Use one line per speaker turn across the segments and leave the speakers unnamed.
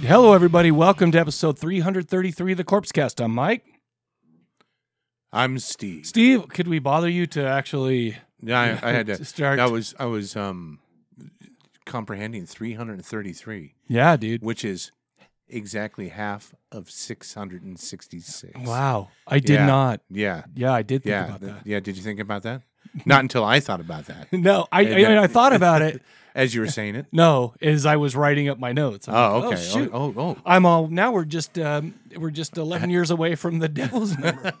Hello, everybody. Welcome to episode 333 of the Corpse Cast. I'm Mike.
I'm Steve.
Steve, could we bother you to actually.
Yeah, I, I had
To
to
start.
I was I was um comprehending 333,
Yeah, dude.
which is exactly half of 666.
Wow. I did
Yeah.
not.
Yeah.
Yeah, I did think
Yeah.
about
th-
that.
Yeah. Did you think about that? Not until I thought about that
No, I, I,
And
I
that-
thought about it.
as you were saying it.
No, as I was writing up my notes. I'm
Oh,
like,
okay.
Oh, shoot.
Oh, oh,
I'm all now. We're just um, we're just 11 years away from the devil's number.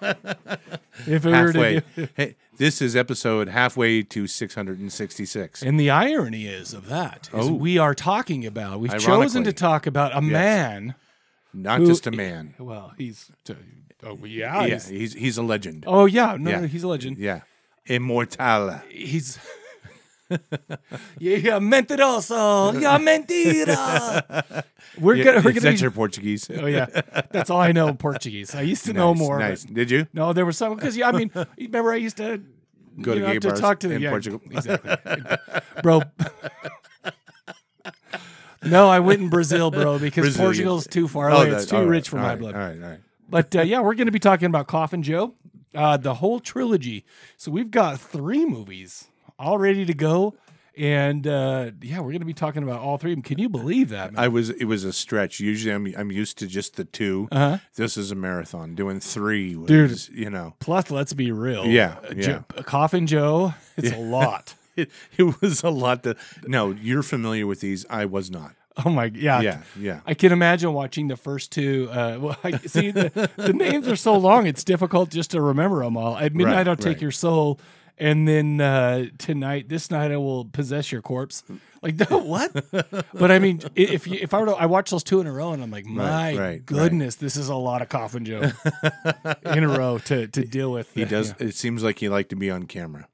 if we were to
halfway.
do,
hey, this is episode halfway to 666.
and the irony is of that is
Oh.
we are talking about we've chosen to
Ironically.
talk about a man.
Not
who-
just a man.
Well, he's oh yeah,
uh, yeah,
he's-
he's he's a legend.
oh yeah, no,
Yeah.
no, he's a legend.
Yeah. Immortal.
he's yeah, mentiroso, yeah, mentira. We're
Yeah,
gonna, we're
is
gonna.
that
Be,
your Portuguese?
oh yeah, that's all I know in Portuguese. I used to know
Nice,
more.
Nice.
but
Did you?
No, there was some because yeah, I mean, you remember I used to
Go
you
to
know,
gay
to
bars
talk to the
in
yeah,
Portugal.
exactly, bro. no, I went in Brazil, bro, because
Brazilian.
Portugal's too far
Oh,
away.
that-
it's too
all right,
rich for
all
my
right,
blood.
All right, all right.
But uh, yeah, we're going to be talking about Coffin Joe, uh, the whole trilogy. So we've got three movies all ready to go, and uh, yeah, we're going to be talking about all three of them. Can you believe that? Man?
I was it was a stretch. Usually I'm I'm used to just the 2
Uh-huh.
This is a marathon. Doing three was,
Dude.
you know.
Plus, let's be real.
Yeah,
Uh,
yeah.
Jo- Coffin Joe, it's a lot.
It, it was a lot to No, you're familiar with these. I was not.
Oh my, yeah.
Yeah, yeah.
I can imagine watching the first two. Uh, well, I, see, the, the names are so long; it's difficult just to remember them all. At midnight,
Right,
I'll take
right.
your soul, and then uh, tonight, this night, I will possess your corpse. Like the, what? but I mean, i- if you, if I were to, I watch those two in a row, and I'm like, my
right, right.
goodness, this is a lot of coffin joke in a row to to deal with.
He does it seems like he liked to be on camera.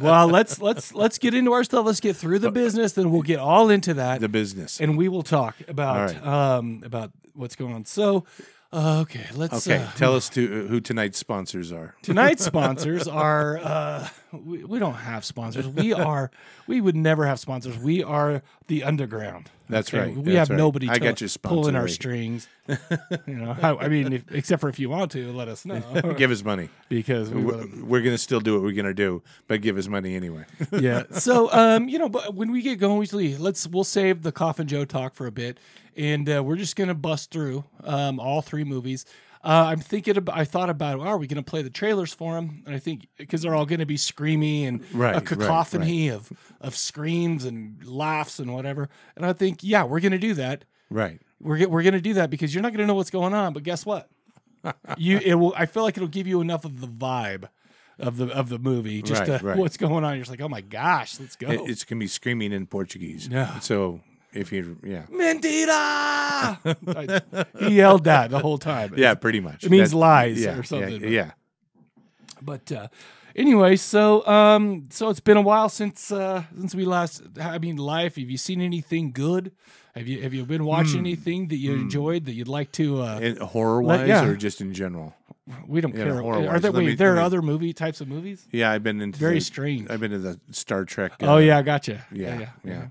Well, let's let's let's get into our stuff. Let's get through the business, then we'll get all into that.
The business.
and we will talk about
right.
um about what's going on. So, uh, okay, let's.
Okay,
Uh,
tell us to who tonight's sponsors are.
tonight's sponsors are. Uh, we, we don't have sponsors. We are. We would never have sponsors. We are the underground.
That's right.
We
That's
have
right.
nobody.
I
to-
got your sponsor
pulling our
right.
strings. you know, I, I mean, if, except for if you want to, let us know
Give us money.
because we
We're,
would.
we're gonna still do what we're gonna do, but give us money anyway.
yeah. So, um, you know, but when we get going, usually let's we'll save the Coffin Joe talk for a bit, and uh, we're just gonna bust through um, all three movies. Uh, I'm thinking. About, I thought about, oh, are we gonna play the trailers for them? And I think because they're all gonna be screamy and
Right,
a
right,
cacophony of of screams and laughs and whatever. And I think, yeah, we're gonna do that.
right.
We're go- we're gonna do that because you're not gonna know what's going on. But guess what? you it will. I feel like it'll give you enough of the vibe of the of the movie, just
Right,
to,
right.
what's going on. You're just like, oh my gosh, let's go.
It- it's gonna be screaming in Portuguese.
Yeah.
So if you yeah
Mentira! I- he yelled that the whole time.
yeah pretty much
It means
That-
lies
yeah,
or something.
Yeah, yeah.
But uh, anyway, so um, so it's been a while since uh, since we last. I mean, life. Have you seen anything good? Have you have you been watching
Hmm.
anything that you enjoyed that you'd like to? Uh,
horror wise
yeah.
or just in general.
we don't
yeah,
care.
horror-wise,
Are there
let
wait,
me-
there are
let me-
other movie types of movies?
Yeah, I've been into
Very
the-
strange.
I've been to the Star Trek. uh,
oh yeah, I gotcha.
yeah, yeah,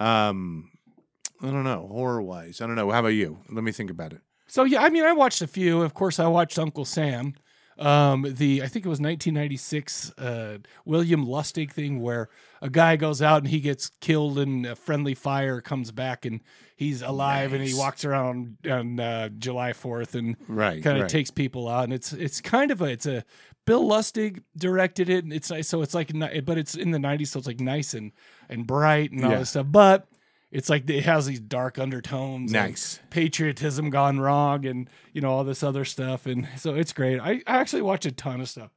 Um, I don't know horror wise. I don't know. How about you? Let me think about it.
So yeah, I mean, I watched a few. Of course, I watched Uncle Sam. Um, the I think it was 1996 uh, William Lustig thing where a guy goes out and he gets killed in a friendly fire, comes back and he's alive and he walks around on uh, July 4th and
Right,
kind of
right.
takes people out and it's it's kind of a it's a Bill Lustig directed it and it's nice so it's like ni- but it's in the 90s so it's like nice and and bright and all
Yeah.
this stuff but It's like it has these dark undertones. and
Nice.
patriotism gone wrong, and you know all this other stuff, and so it's great. I, I actually watch a ton of stuff.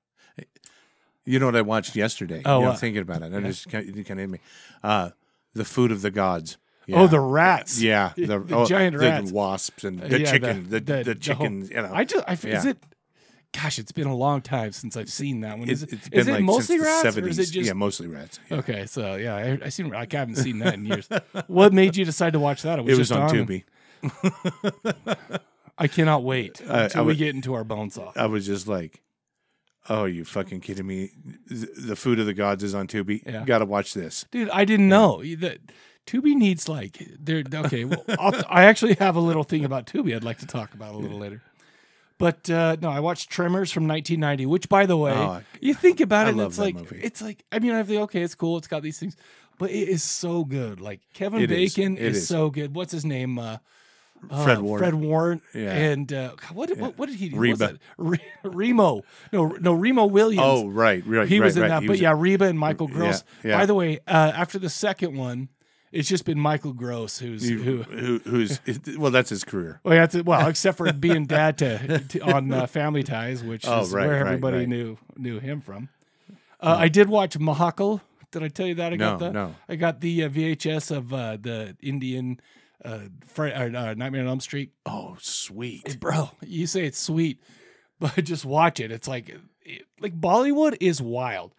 You know what I watched yesterday?
Oh,
you know,
what?
thinking about it, I just kind of, it kind of hit me. Uh, the food of the gods.
Oh,
Yeah.
the rats.
yeah,
the,
the, oh,
giant
the
rats.
wasps, and
Uh,
the
yeah,
chicken, the, the,
whole-
chicken. you know,
I just I, f- is
Yeah.
it. Gosh, it's been a long time since I've seen that one.
it,
Is
has
it,
been
is it
like
mostly
since
rats
the 70s.
or is it just Oh,
yeah, mostly rats. Yeah.
Okay, so yeah, I, I seen like I haven't seen that in years. what made you decide to watch that?
It was
just
on
and
Tubi.
I cannot wait
I
until we
would- Uh,
get into our bones off.
I was just like, "Oh, you fucking kidding me? Th- The food of the gods is on Tubi.
Yeah.
Got to watch this."
Dude, I didn't know that Tubi needs like there. Okay, well, I'll, I actually have a little thing about Tubi I'd like to talk about a little later. But uh, no, I watched Tremors from 1990, which, by the way,
Oh, I-
you think about it,
I
and
love
it's
that
like
movie.
it's like I mean, I think okay, it's cool, it's got these things, but it is so good. Like Kevin
It is.
Bacon
It
is,
is.
so good. What's his name? Uh, uh,
Fred Ward.
Fred Warren.
Yeah.
And uh, God, what, did what what did he do?
Reba.
What's that? Re- Remo. No, no, Remo Williams.
Oh, right, right.
He
right,
was in
right.
that.
He
but
was-
yeah, Reba and Michael Gross.
yeah.
By the way, uh, after the second one, it's just been Michael Gross who's
he-
who.
who, who's well, that's his career.
Well, that's it. well, except for being dad to, to on uh, Family Ties, which
Oh,
is
right,
where
right,
everybody
right.
knew knew him from. Uh, I did watch Mahakal. Did I tell you that I got
No,
that?
no.
I got the uh, VHS of uh, the Indian uh, Fri or, uh, Nightmare on Elm Street.
Oh, sweet.
Bro, you say it's sweet, but just watch it. It's like it- like Bollywood is wild.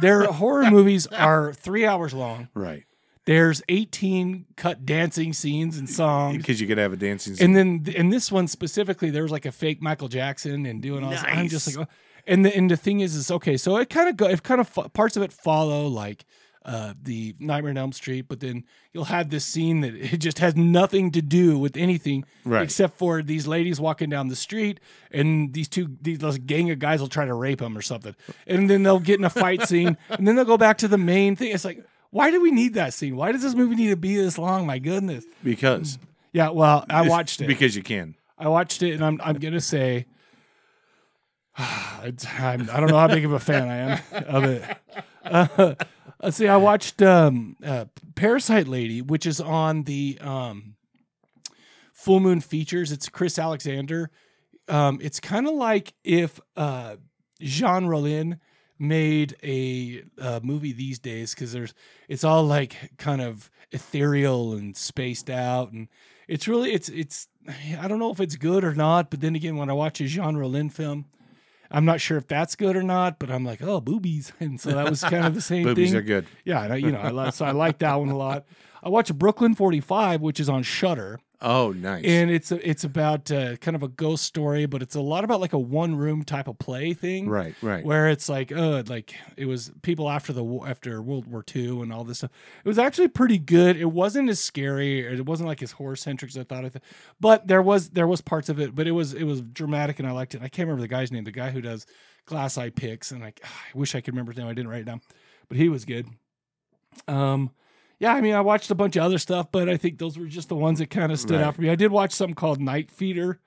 Their horror movies are 3 hours long.
Right,
There's 18 cut dancing scenes and songs.
because you could have a dancing. scene.
And then th- in this one specifically, there was like a fake Michael Jackson and doing all. This. I'm just
Nice.
like, oh. and the and the thing is, is okay. So it kind of go. It kind of fo- parts of it follow like uh the Nightmare on Elm Street, but then you'll have this scene that it just has nothing to do with anything,
Right.
Except for these ladies walking down the street, and these two these those gang of guys will try to rape them or something, and then they'll get in a fight scene, and then they'll go back to the main thing. It's like. Why do we need that scene? Why does this movie need to be this long? My goodness.
because
Yeah, well, I watched it.
because you can.
I watched it, and I'm I'm gonna say, it's- I'm, I don't know how big of a fan I am of it. Uh, let's see, I watched um, uh, Parasite Lady, which is on the um, Full Moon Features. It's Chris Alexander. Um, it's kind of like if uh, Jean Rollin made a uh, movie these days because there's it's all like kind of ethereal and spaced out and it's really it's it's I don't know if it's good or not, but then again, when I watch a Jean Rollin film, I'm not sure if that's good or not. But I'm like, oh, boobies, and so that was kind of the same
Boobies
thing.
are good.
Yeah, and I, you know, I love, so I like that one a lot. I watch Brooklyn 45, which is on Shutter,
Oh, nice.
and it's it's about uh, kind of a ghost story, but it's a lot about like a one room type of play thing,
right, right.
Where it's like, oh, like it was people after the war, after World War II and all this stuff. It was actually pretty good. It wasn't as scary. Or it wasn't like as horror centric as I thought. I th- but there was there was parts of it, but it was it was dramatic and I liked it. I can't remember the guy's name. The guy who does Glass Eye Picks, and like ah, I wish I could remember his name. I didn't write it down, but he was good. Um, yeah, I mean, I watched a bunch of other stuff, but I think those were just the ones that kind of stood
Right.
out for me. I did watch something called Night Feeder,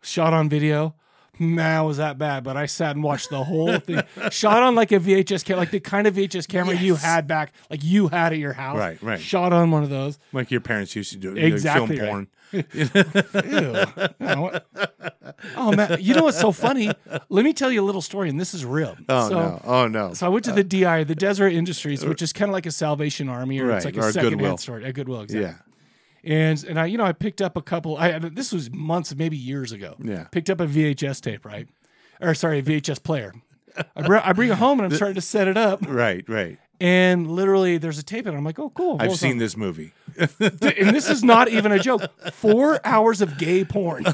shot on video. Nah, it was that bad, but I sat and watched the whole thing. shot on like a VHS camera, like the kind of VHS camera you had back, like you had at your house.
Right, right.
Shot on one of those.
Like your parents used to do. like
Exactly right.
Film porn.
Ew. I want- oh man, you know what's so funny? Let me tell you a little story, and this is real.
Oh
so,
no. Oh no.
So I went to the DI, the Deseret Industries, which is kind of like a Salvation Army, or it's
Right,
like
or
a
a
secondhand
Goodwill.
store, a Goodwill, exactly.
yeah.
and and I you know I picked up a couple. I I- this was months, maybe years ago.
Yeah.
picked up a VHS tape, right? Or sorry, a VHS player. I, br- I bring it home and I'm starting to set it up,
Right, right.
and literally there's a tape, and I'm like, oh cool.
I've seen this movie.
this, and this is not even a joke. Four hours of gay porn. Do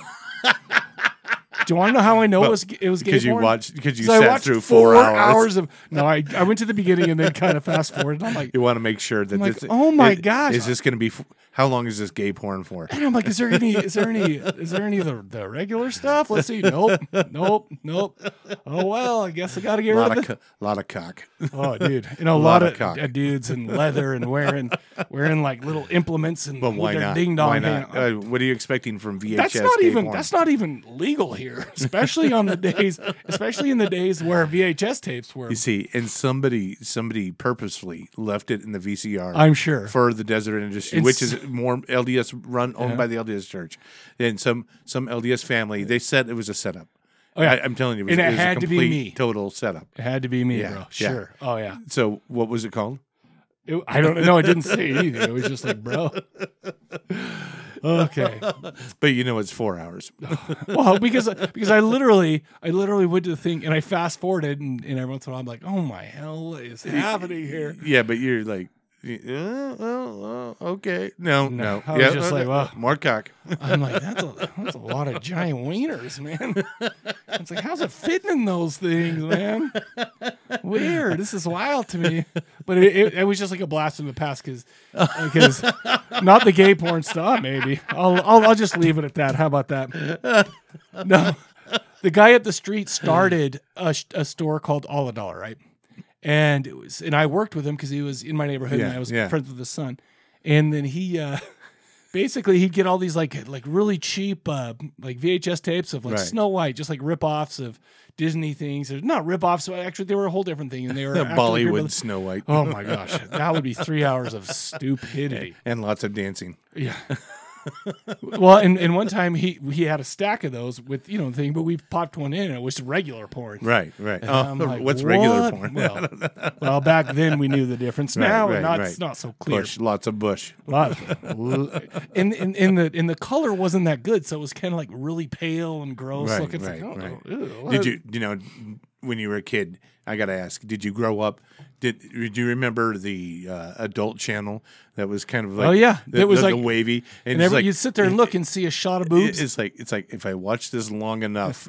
you want to know how I know it was it was gay
because you
porn?
watched because you
So I
sat
watched
through four, hours.
of no. I, I went to the beginning and then kind of fast forward. I'm like,
You want to make sure that
like,
this,
"Oh my
is-
gosh."
is this going to be f- how long is this gay porn for?
And I'm like, is there any, is there any, is there any of the, the regular stuff? Let's see. Nope, nope, nope. Oh well, I guess I got to get
A lot
rid of
of
this.
co- lot of cock.
Oh, dude, and a, lot,
lot of
of,
cock.
uh, dudes in leather and wearing wearing like little implements and
But
with
why
their
not?
ding dong.
why
hanging
not?
out.
Uh, what are you expecting from VHS?
That's not
gay
even
porn?
that's not even legal here, especially on the days, especially in the days where VHS tapes were.
You see, and somebody somebody purposefully left it in the VCR
I'm sure.
for the desert industry,
And
which
s-
is more LDS run owned
Yeah.
by the LDS Church, and some some LDS family. They said it was a setup.
Oh, yeah.
I, am telling you, it was,
And it
was
had
a
to be
complete
me.
total setup.
It had to be me,
Yeah,
bro.
yeah.
Sure. Oh yeah.
So what was it called?
It- I don't know. I didn't say anything. It was just like, bro. Okay.
But you know, it's four hours.
Well, because because I literally I literally went to the thing and I fast forwarded and, and every once in a while I'm like, oh my hell what is happening here?
Yeah, but you're like, eh, oh, oh, oh, okay, no,
No,
no.
I was
yeah,
just
uh,
like, wow.
more cock.
I'm like, that's a that's a lot of giant wieners, man. It's like, how's it fitting in those things, man? Weird. This is wild to me. But it, it, it was just like a blast from the past because not the gay porn stuff. Maybe I'll, I'll I'll just leave it at that. How about that? No, the guy up the street started a, sh- a store called All a Dollar, right? And it was and I worked with him because he was in my neighborhood and
Yeah,
I was
yeah.
friends with his son. And then he. uh basically he'd get all these like like really cheap uh, like VHS tapes of like
Right.
Snow White, just like rip-offs of Disney things. They're not rip-offs, but actually they were a whole different thing, and they were actually agreed by
Bollywood
the-
Snow White
Oh my gosh, that would be three hours of stupidity.
and lots of dancing.
Yeah. well, and, and one time he he had a stack of those with you know thing, but we popped one in and it was regular porn.
Right, right.
And
Oh,
I'm like,
what's regular
"What?"
porn?
Well, well, back then we knew the difference.
Right,
now
right,
not,
right.
it's not so clear.
Bush, lots of bush.
lot of- and, and, and the and the color wasn't that good, so it was kind of like really pale and gross
Right,
looking. It's
right,
like, oh,
right.
ew, what?
Did you, you know, when you were a kid, I got to ask, did you grow up? Did, do you remember the uh, adult channel that was kind of like,
Oh, yeah.
the,
It was
the- the
like-
wavy,
And
it's
every,
like-
you sit there and look and see a shot of boobs.
It's like it's like if I watch this long enough,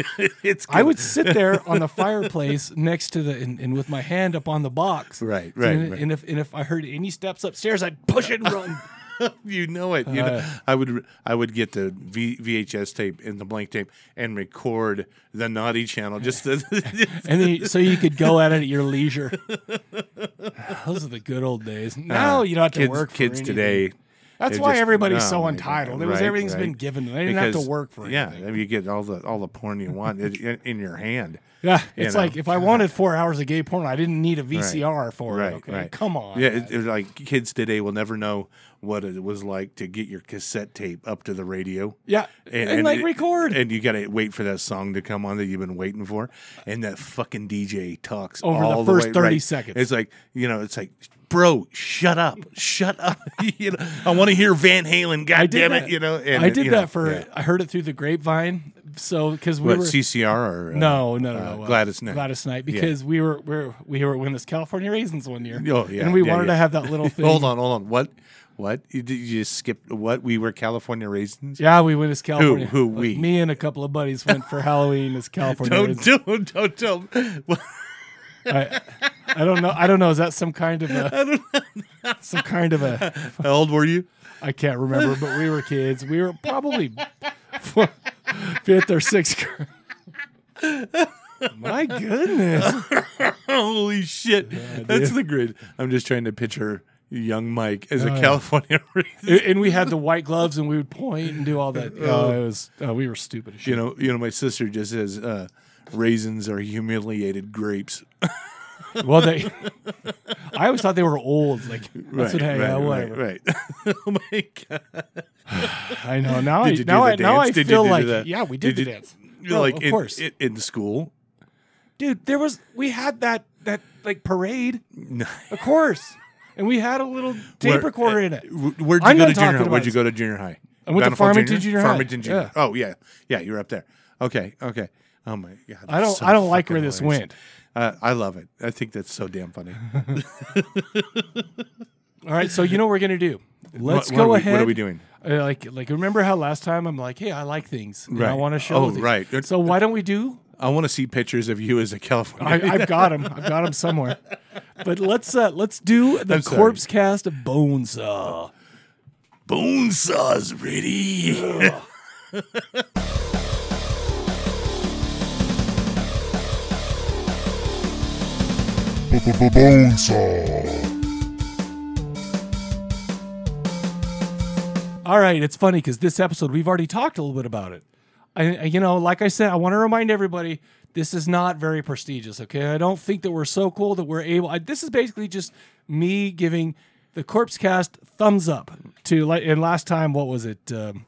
it's.
I
gonna-
would sit there on the fireplace next to the and, and with my hand up on the box.
Right,
So
right,
And,
right.
and if and if I heard any steps upstairs, I'd push it and run.
you know it. You know,
Uh,
I would I would get the v, VHS tape and the blank tape and record the naughty channel just to,
and then you, so you could go at it at your leisure. Those are the good old days. Now you don't have to
Uh, kids,
work. For
kids
anything.
today.
That's
they're
why
just-
everybody's
no,
so
they-
entitled. It was
right,
everything's been
right.
given. to them. They didn't have
Because,
to work for.
Yeah,
anything.
I mean, you get all the all the porn you want in- in, in your hand.
Yeah,
you
it's
know?
like if I wanted four hours of gay porn, I didn't need a VCR for
Right,
it. Okay,
right.
come on.
Yeah, it, it's like kids today will never know what it was like to get your cassette tape up to the radio.
yeah, and, like
it-
record.
and you gotta wait for that song to come on that you've been waiting for, and that fucking DJ talks
Over the
all
first
way-
30
right.
seconds.
It's like you know, it's like, bro, shut up, shut up. you know, I want to hear Van Halen. God
did
damn
that.
it, you know. And,
I did
you know,
that for.
yeah.
I heard it through the grapevine. So because we
what
were
CCR or uh,
no, no, no,
uh,
no uh,
Gladys Knight.
Gladys Knight, because we were we were we were winning this California raisins one year.
Oh, yeah,
and we
yeah,
wanted
yeah.
to have that little thing.
Hold on, hold on. What? What? You, did you just skip? What? We were California raisins.
Yeah, we went as California.
who
Like,
we?
Me and a couple of buddies went for Halloween as California.
Don't
raisins.
do, don't do. Well,
I, I don't know. I don't know. Is that some kind of a some kind of a
How old were you?
I can't remember, but we were kids. We were probably four- fifth or sixth. gr- My goodness.
Holy shit! That's the grid. I'm just trying to picture young Mike as
Oh,
a California raisin.
And and we had the white gloves and we would point and do all that. Oh, it was, oh, we were stupid as shit.
Uh, You know, you know. My sister just says uh, raisins are humiliated grapes.
Well, they, I always thought they were old. Like, that's what, hey, yeah,
right,
whatever.
right, right. oh my god!
I know. Now
Did
I,
you do
now
the
I, now I
dance? Did you
feel
do
like,
that?
yeah, we did,
Did
the
you-
dance. No,
like
Oh, of
in,
course.
in, in school.
Dude, there was, we had that, that like parade. Of course. And we had a little tape
Where-
recorder in it.
eh, Wh- Where'd you
I'm
go
not
to junior
talking
high?
about
Where'd you
this.
go to junior high?
I went to
Bountiful
Farmington Junior High.
Farmington Junior.
Yeah.
Oh yeah, yeah. You're up there. Okay, okay. Oh my god.
I
that's
don't-
so
I don't like
fucking
where this
hilarious.
went.
Uh, I love it. I think that's so damn funny.
All right, so you know what we're gonna do. Let's
what
go
are we- what
ahead.
are we doing?
Uh, like, like remember how last time I'm like, hey, I like things. and I
Right.
want to show.
Oh,
these.
right.
So why don't we do?
I want to see pictures of you as a California.
I, I've got them. I've got them somewhere. But let's uh, let's do the
I'm sorry.
corpse cast of Bonesaw.
Bone saws ready.
Bonesaw.
All right, it's funny because this episode we've already talked a little bit about it. I, I- you know, like I said, I want to remind everybody this is not very prestigious. Okay, I don't think that we're so cool that we're able. I, this is basically just me giving the corpse cast thumbs up to like and last time what was it um,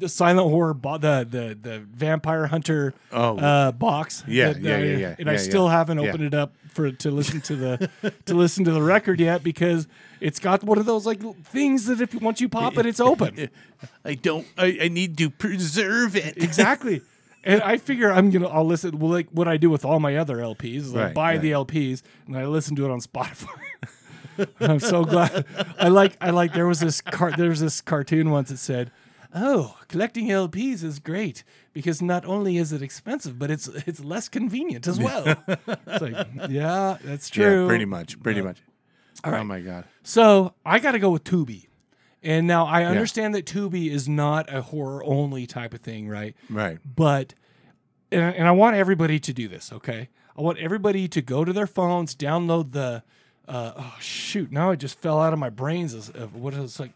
the silent horror bo- the the the vampire hunter
Oh.
uh, box
Yeah,
that-
yeah,
that I-
yeah, yeah,
and
yeah,
I still
yeah,
haven't
yeah.
opened it up for to listen to the to listen to the record yet because it's got one of those like things that if you once you pop it it's open
I don't. I, I need to preserve it.
exactly and I figure I'm gonna I'll listen well, like what I do with all my other LPs is I
Right,
buy the LPs and I listen to it on Spotify. I'm so glad. I like I like there was this car there was this cartoon once that said, "Oh, collecting LPs is great because not only is it expensive, but it's it's less convenient as well." it's like, yeah, that's true.
Yeah, pretty much. Pretty much. Oh my god.
So I got to go with Tubi. And now I understand that Tubi is not a horror only type of thing, right?
Right.
But, and, and I want everybody to do this, okay? I want everybody to go to their phones, download the, uh, oh shoot, now it just fell out of my brains as, of what it's like.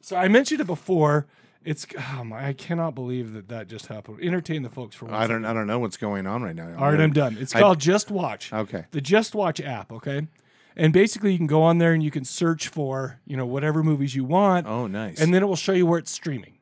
So I mentioned it before. It's, oh my, I cannot believe that that just happened. Entertain the folks for one
I don't. I don't know what's going on right now.
all right, I'm done. It's called Just Watch.
Okay.
The Just Watch app, okay? And basically you can go on there and you can search for, you know, whatever movies you want.
Oh, nice.
And then it will show you where it's streaming.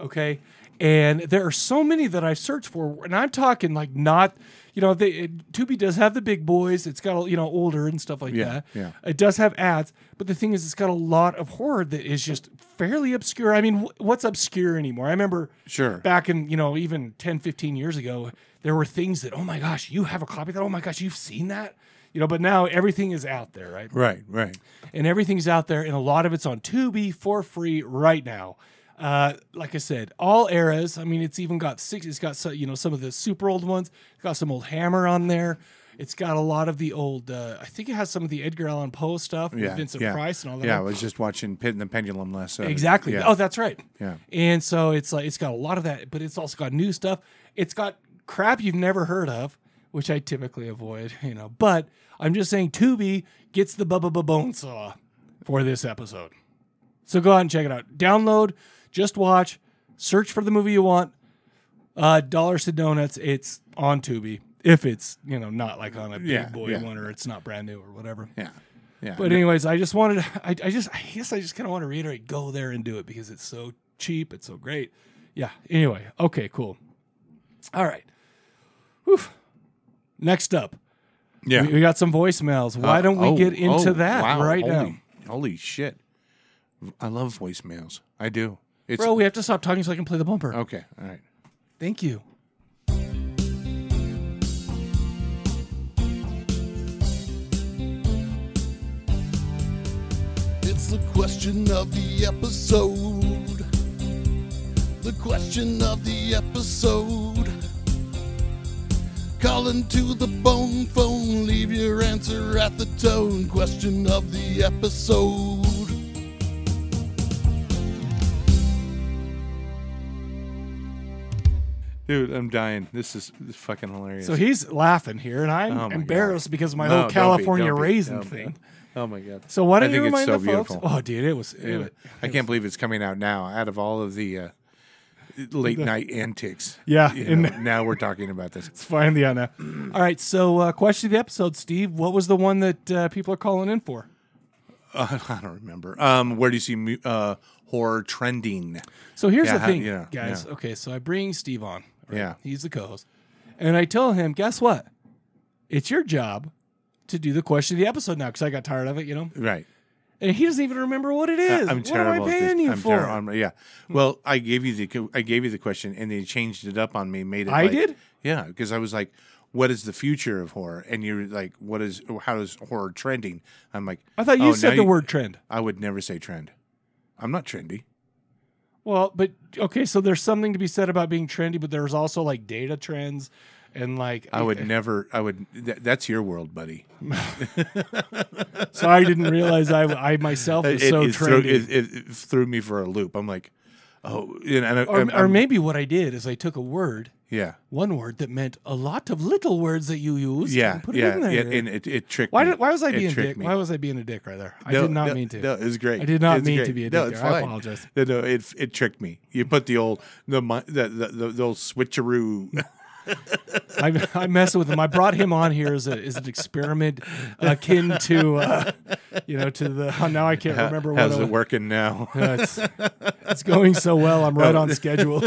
Okay? And there are so many that I've searched for, and I'm talking like not, you know, they, it, Tubi does have the big boys. It's got, you know, older and stuff like
Yeah,
that.
yeah.
It does have ads, but the thing is, it's got a lot of horror that is just fairly obscure. I mean, wh- what's obscure anymore? I remember
Sure.
back in, you know, even 10, 15 years ago, there were things that, oh my gosh, you have a copy of that. Oh my gosh, you've seen that. You know, but now everything is out there, right?
Right. Right.
and everything's out there, and a lot of it's on Tubi for free right now. Uh, like I said, all eras. I mean, it's even got six. It's got so, you know some of the super old ones. It's got some old Hammer on there. It's got a lot of the old. Uh, I think it has some of the Edgar Allan Poe stuff with
Yeah.
Vincent
yeah.
Price and all that.
Yeah. I was just watching Pit and the Pendulum last. Saturday.
Exactly.
Yeah.
Oh, that's right.
Yeah.
And so it's like it's got a lot of that, but it's also got new stuff. It's got crap you've never heard of, which I typically avoid, you know. But I'm just saying Tubi gets the Bubba Ba Bone Saw for this episode. So go out and check it out. Download, just watch, search for the movie you want. Uh Dollars to Donuts, it's on Tubi. If it's, you know, not like on a big
Yeah,
boy
yeah.
one or it's not brand new or whatever.
yeah. Yeah.
But anyways, I just wanted I, I just I guess I just kind of want to reiterate go there and do it because it's so cheap, it's so great. Yeah. Anyway, okay, cool. All right. Whew. Next up,
yeah.
we, we got some voicemails. Why don't we
Oh,
get into
oh,
that
wow,
right
holy,
now?
Holy shit! I love voicemails. I do. It's
Bro, we have to stop talking so I can play the bumper.
okay. All right.
Thank you.
It's the question of the episode. The question of the episode. Calling to the bone phone, leave your answer at the tone. Question of the episode.
Dude, I'm dying. This is, this is fucking hilarious.
So he's laughing here, and I'm
Oh my
embarrassed
God.
because of my
No,
whole
don't be,
California
don't be,
raisin
don't be.
thing.
Oh my god.
So why
I
don't you
think
remind
it's so
the folks?
beautiful.
Oh, dude, it was. It
Yeah.
was
I can't believe it's coming out now. Out of all of the uh, late night antics,
Yeah,
you
and-
know, now we're talking about this.
It's finally on now. All right, so uh, question of the episode, Steve. What was the one that uh, people are calling in for?
Uh, I don't remember. Um, where do you see mu- uh, horror trending?
So here's
Yeah,
the
how-
thing,
yeah,
guys.
yeah.
Okay, so I bring Steve on. right?
Yeah.
he's the co-host, and I tell him, guess what? It's your job to do the question of the episode now because I got tired of it, you know.
Right.
And he doesn't even remember what it is.
I'm
what
terrible.
am I
at this.
paying you
I'm
for?
terri- I'm- yeah. Well, I gave you the co- I gave you the question, and they changed it up on me. Made it.
I
like-
did?
Yeah, because I was like, "What is the future of horror?" And you're like, "What is how is horror trending?" I'm like,
I thought you
"Oh, now
said the word trend.
I would never say trend. I'm not trendy.
Well, but okay, so there's something to be said about being trendy, but there's also like data trends, and like
I would never. I would. Th- that's your world, buddy.
So I didn't realize I, I myself was so
it,
trendy.
threw, it, it- it threw me for a loop. I'm like, oh, you know, and I,
or,
I'm-
or
I'm-
maybe what I did is I took a word,
yeah,
one word that meant a lot of little words that you used.
yeah,
and put
yeah,
it in there.
yeah, and it, it tricked.
why
me.
did why was I
It
being a
tricked
dick?
me.
Why was I being a dick right there? I
No,
did not
no,
mean to.
No, it was great.
I did not
It's
mean to
great.
be a
No,
dick
it's
there. I
fine.
apologize.
No, no, it it tricked me. You put the old the mi- the the, the, the old switcheroo.
I, I'm messing with him. I brought him on here as, a, as an experiment akin to, uh, you know, to the. oh, now I can't
How-
remember what
How's it
was.
working now?
Uh, it's, it's going so well. I'm right on schedule.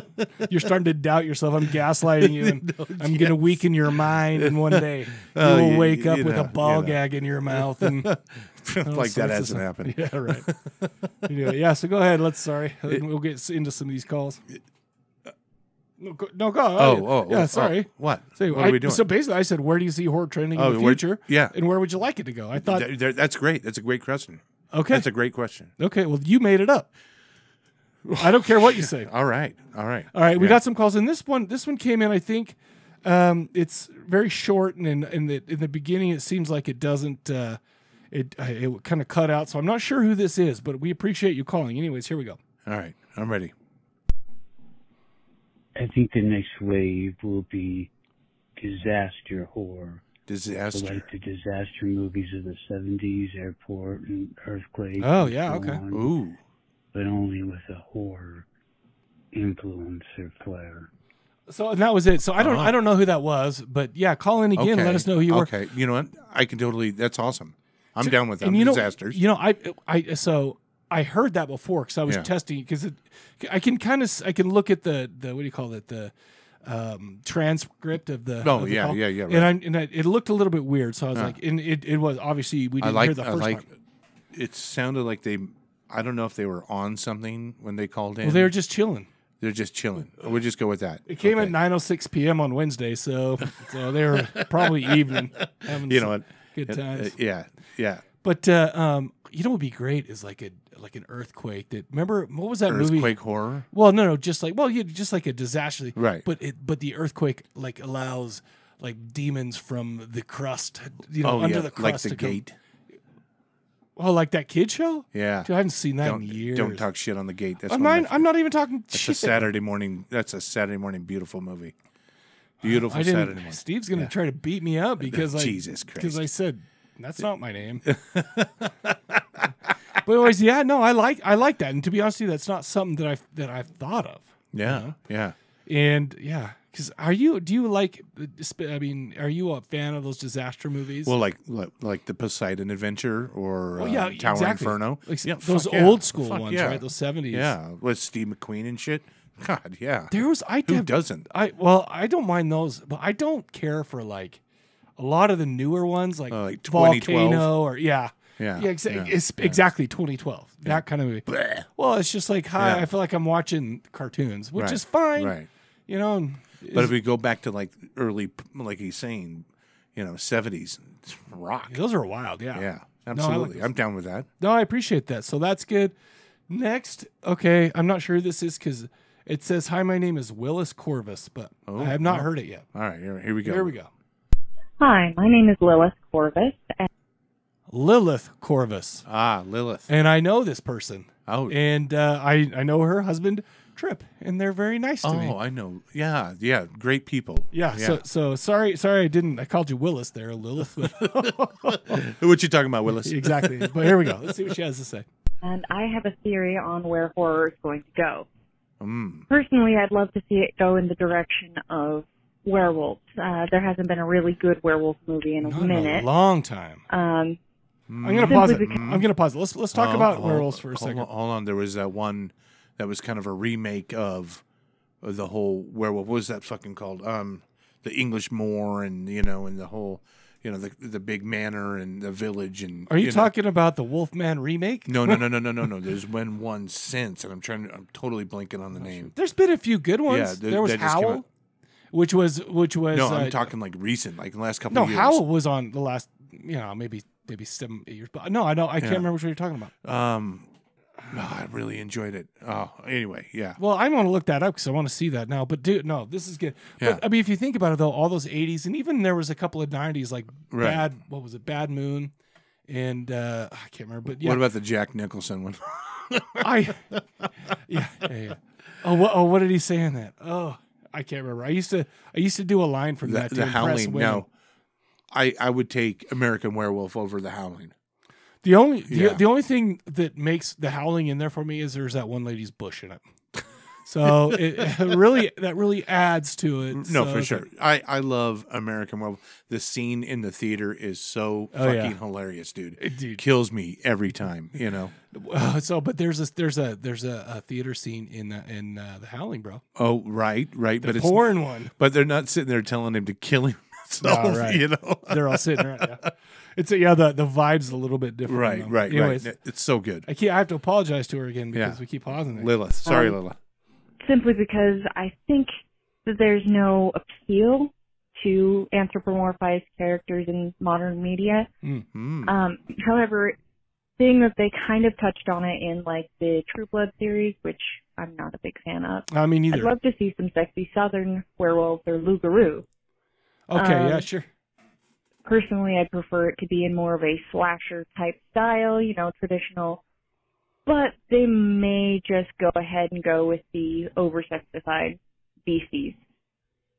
You're starting to doubt yourself. I'm gaslighting you. And I'm going to weaken your mind. And one day
Oh,
you will
you-
wake
you
up with
know,
a ball
you know.
gag in your mouth. And
like that
sorts of
hasn't
stuff.
happened.
yeah, right. Anyway, yeah. So go ahead. Let's. Sorry, we'll get s- into some of these calls. No, go, no, go.
Oh, oh,
yeah.
oh,
sorry.
oh, what?
So,
what are
I-
we doing?
so basically, I said, "Where do you see horror trending
Oh,
in the
where-
future?"
yeah.
and where would you like it to go? I thought,
Th- th- that's great. That's a great question.
okay,
That's a great question.
okay. Well, you made it up. I don't care what you say.
All right. All right.
All right, we
Yeah.
got some calls, and this one, this one came in. I think um, it's very short, and in, in the in the beginning, it seems like it doesn't. Uh, it I- it kind of cut out, so I'm not sure who this is, but we appreciate you calling. Anyways, here we go.
All right. I'm ready.
I think the next wave will be disaster horror,
Disaster.
like the disaster movies of the 70s, Airport and Earthquake.
Oh,
and
yeah,
so
okay.
on,
Ooh.
But only with a horror influence or flair.
So and that was it. So I don't I don't know who that was, but yeah, call in again. Let us know who you were.
Okay. You know what? I can totally. That's awesome. I'm down with them.
And you know,
Disasters.
You know, I I so I heard that before because I was
Yeah.
testing because I can kind of I can look at the the what do you call it the um transcript of the
Oh,
of the
yeah,
call.
yeah, yeah, right.
and I'm and I, it looked a little bit weird so I was like and it, it was obviously we
I
didn't hear
like.
the
I
first
like.
time
It sounded like they. I don't know if they were on something when they called in.
well they were just chilling
They're just chilling. We'll just go with that.
it came
Okay.
at 9:06 p.m. on Wednesday so so they were probably evening having
You
some
know what?
good times
Uh, yeah. Yeah.
but uh, um you know what would be great is like a like an earthquake that remember what was that movie
Earthquake horror.
Well, no, no, just like well, you just like a disaster,
Right.
But it, but the earthquake like allows like demons from the crust, you know,
oh
under
yeah.
the crust,
like the
to come-
gate.
Oh, like that kid show?
Yeah.
Dude, I haven't seen that
Don't,
in years. Uh,
don't talk shit on the gate. That's
I'm
one of
not,
my-
I'm not even talking
That's
shit.
a Saturday morning. That's a Saturday morning beautiful movie. Beautiful
I
Saturday morning.
didn't. Steve's gonna try to beat me up because I
Jesus
because I
Christ.
said that's not my name. but anyways, yeah, no, I like I like that, and to be honest with you, that's not something that I that I've thought of.
Yeah. Yeah.
And yeah, because are you? Do you like? I mean, are you a fan of those disaster movies?
Well, like like, like the Poseidon Adventure or
Oh,
uh, Tower Inferno.
Like,
Yeah,
those
fuck yeah.
old school
Fuck
ones,
yeah.
right? Those seventies.
Yeah, with Steve McQueen and shit. God, yeah.
There was I
Who
did-
doesn't?
I well, I don't mind those, but I don't care for like a lot of the newer ones, like,
Uh, like 2012?
Volcano or yeah.
Yeah,
yeah, exa-
yeah,
it's exactly 2012. That kind of movie. Well, it's just like, hi,
Yeah.
I feel like I'm watching cartoons, which
Right,
is fine,
Right.
You know. and
But
it's-
if we go back to like early, like he's saying, you know, seventies rock.
those are wild, yeah.
Yeah, absolutely.
those.
I'm down with that.
No, I appreciate that. So that's good. Next, okay, I'm not sure who this is because it says, "Hi, my name is Willis Corvus," but I have not heard it yet.
All right, Oh, here, here we go.
Here we go.
Hi, my name is Lilith Corvus, and
Lilith Corvus,
Ah, Lilith.
and I know this person,
Oh,
and uh, I I know her husband Trip, and they're very nice to
oh,
me.
I know. Yeah, yeah. Great people.
Yeah, So so sorry sorry I didn't I called you Willis there Lilith but
what you talking about, Willis?
exactly but here we go let's see what she has to say.
and I have a theory on where horror is going to go.
Hmm.
Mm.
Personally, I'd love to see it go in the direction of werewolves. Uh, there hasn't been a really good werewolf movie in a
Not in a
minute.
long time.
um,
I'm gonna
Simply
pause it.
because-
I'm gonna pause it. Let's let's talk
Hold-
about
Uh, hold-
werewolves for a
hold
second.
On, hold on, there was that one that was kind of a remake of the whole werewolf. What was that fucking called? Um, the English Moor, and you know, and the whole, you know, the the big manor and the village. And
Are you,
know-
talking about the Wolfman remake?
No, no, no, no, no, no, no. There's been one since, and I'm trying. to I'm totally blanking
Oh,
on the name.
There's been a few good ones.
Yeah,
there,
th-
was
that just came
Howl,
out.
which was which was
No,
uh,
I'm talking like recent, like the last couple.
no
of years.
Howl was on the last you know maybe maybe seven eight years. But no, I know I can't
Yeah.
remember which one you're talking about.
Um, oh, I really enjoyed it. Oh, anyway, yeah.
Well, I want to look that up because I want to see that now. But dude, no, this is good.
Yeah.
But I mean, if you think about it though, all those '80s and even there was a couple of '90s like
Right.
bad. What was it? Bad Moon. And uh, I can't remember, but yeah,
What about the Jack Nicholson one?
I, yeah, yeah, yeah. Oh, what, oh, what did he say in that? Oh, I can't remember. I used to, I used to do a line from
the,
that. To
the
impress
howling.
women.
No, I I would take American Werewolf over the howling.
The only the,
Yeah.
the only thing that makes the howling in there for me is there's that one lady's bush in it. So it really that really adds to it.
Mm, No,
So
for
it's
sure.
like,
I, I love American Werewolf. The scene in the theater is so
Oh, yeah.
fucking hilarious, dude.
eh, dude.
kills me every time, you know.
Uh, so, but there's a there's a there's a, a theater scene in the, in uh, the Howling, bro.
Oh, right, right.
The
but it's
porn one.
but they're not sitting there telling him to kill himself,
No, right.
you know.
They're all sitting around. Yeah. It's yeah. The the vibe's a little bit different.
right,
though.
right,
Anyways,
right. It's so good.
I keep I have to apologize to her again because
Yeah.
we keep pausing it.
Lilith. Sorry,
Um,
Lilith.
simply because I think that there's no appeal to anthropomorphized characters in modern media.
Hmm.
Mm-hmm.
Um, however, seeing that they kind of touched on it in like the True Blood series, which I'm not a big fan of.
I mean,
I'd
either.
love to see some sexy southern werewolves or Lugaroo.
okay,
um,
yeah, sure.
Personally, I'd prefer it to be in more of a slasher type style, you know, traditional. But they may just go ahead and go with the oversexified beasties.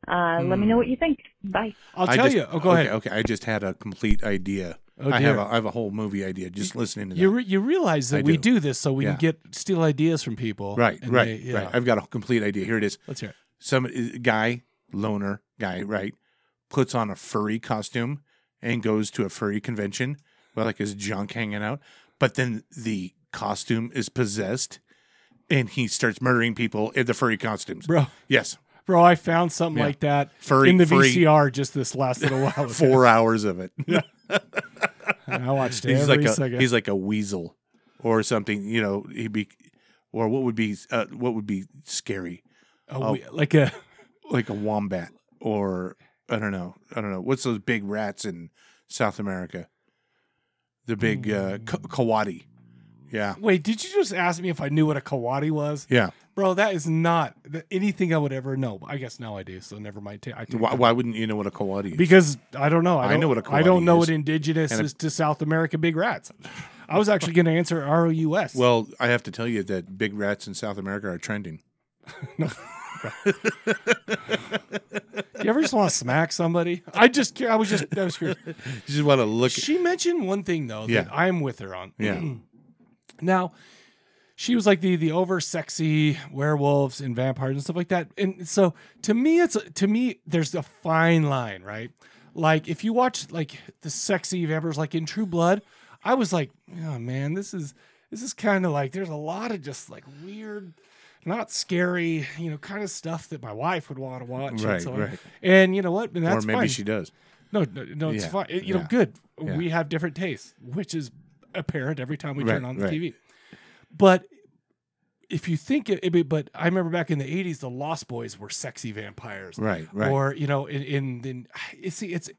Uh, Let me know what you think. Bye.
I'll
I
tell
just-
you. Oh, go
okay,
ahead.
Okay, I just had a complete idea.
Oh,
I have
dear.
a, I have a whole movie idea just listening to that.
You re- you realize that
I
we
do.
do this so we
Yeah.
can get steal ideas from people.
right,
and
right,
they- yeah.
right. I've got a complete idea. Here it is.
Let's hear it.
Some uh, guy, loner guy, right, puts on a furry costume and goes to a furry convention with like his junk hanging out. But then the costume is possessed, and he starts murdering people in the furry costumes.
Bro,
Yes,
bro, I found something
Yeah.
like that
Furry-
in the
furry-
VCR just this last little while. ago.
four hours of it.
And I watched it
he's
every
like a
second.
he's like a weasel or something. You know, he'd be or what would be uh, what would be scary
A we- like a
like a wombat or I don't know I don't know what's those big rats in South America, the big uh,
Hmm.
k- kawadi. Yeah,
wait. Did you just ask me if I knew what a kawadi was,
yeah.
bro? That is not th- anything I would ever know. I guess now I do. So never mind. Ta- I take
Why,
that.
why wouldn't you know what a kawadi is?
Because I don't know. I,
I
don't,
know what a
I don't
kawadi
know
is.
what indigenous
And a-
is to South America big rats. I was actually going to answer R O U S.
well, I have to tell you that big rats in South America are trending.
Do you ever just want to smack somebody? I just care. I was just I was curious.
You just want to look.
She mentioned one thing though
Yeah.
that I'm with her on.
Yeah.
now, she was like the the over sexy werewolves and vampires and stuff like that. And so to me, it's to me there's a fine line, right? Like if you watch like the sexy vampires, like in True Blood, I was like, oh man, this is this is kind of like there's a lot of just like weird. Not scary, you know, kind of stuff that my wife would want to watch. and
Right,
so on.
right.
And you know what? And
or
that's
maybe
fine.
she does.
No, no, no it's
Yeah,
fine. It- you know,
yeah,
good.
yeah.
We have different tastes, which is apparent every time we turn
Right,
on the
right.
TV. But if you think it, it, but I remember back in the '80s, the Lost Boys were sexy vampires,
Right, right.
Or you know, in in, in you see, it's.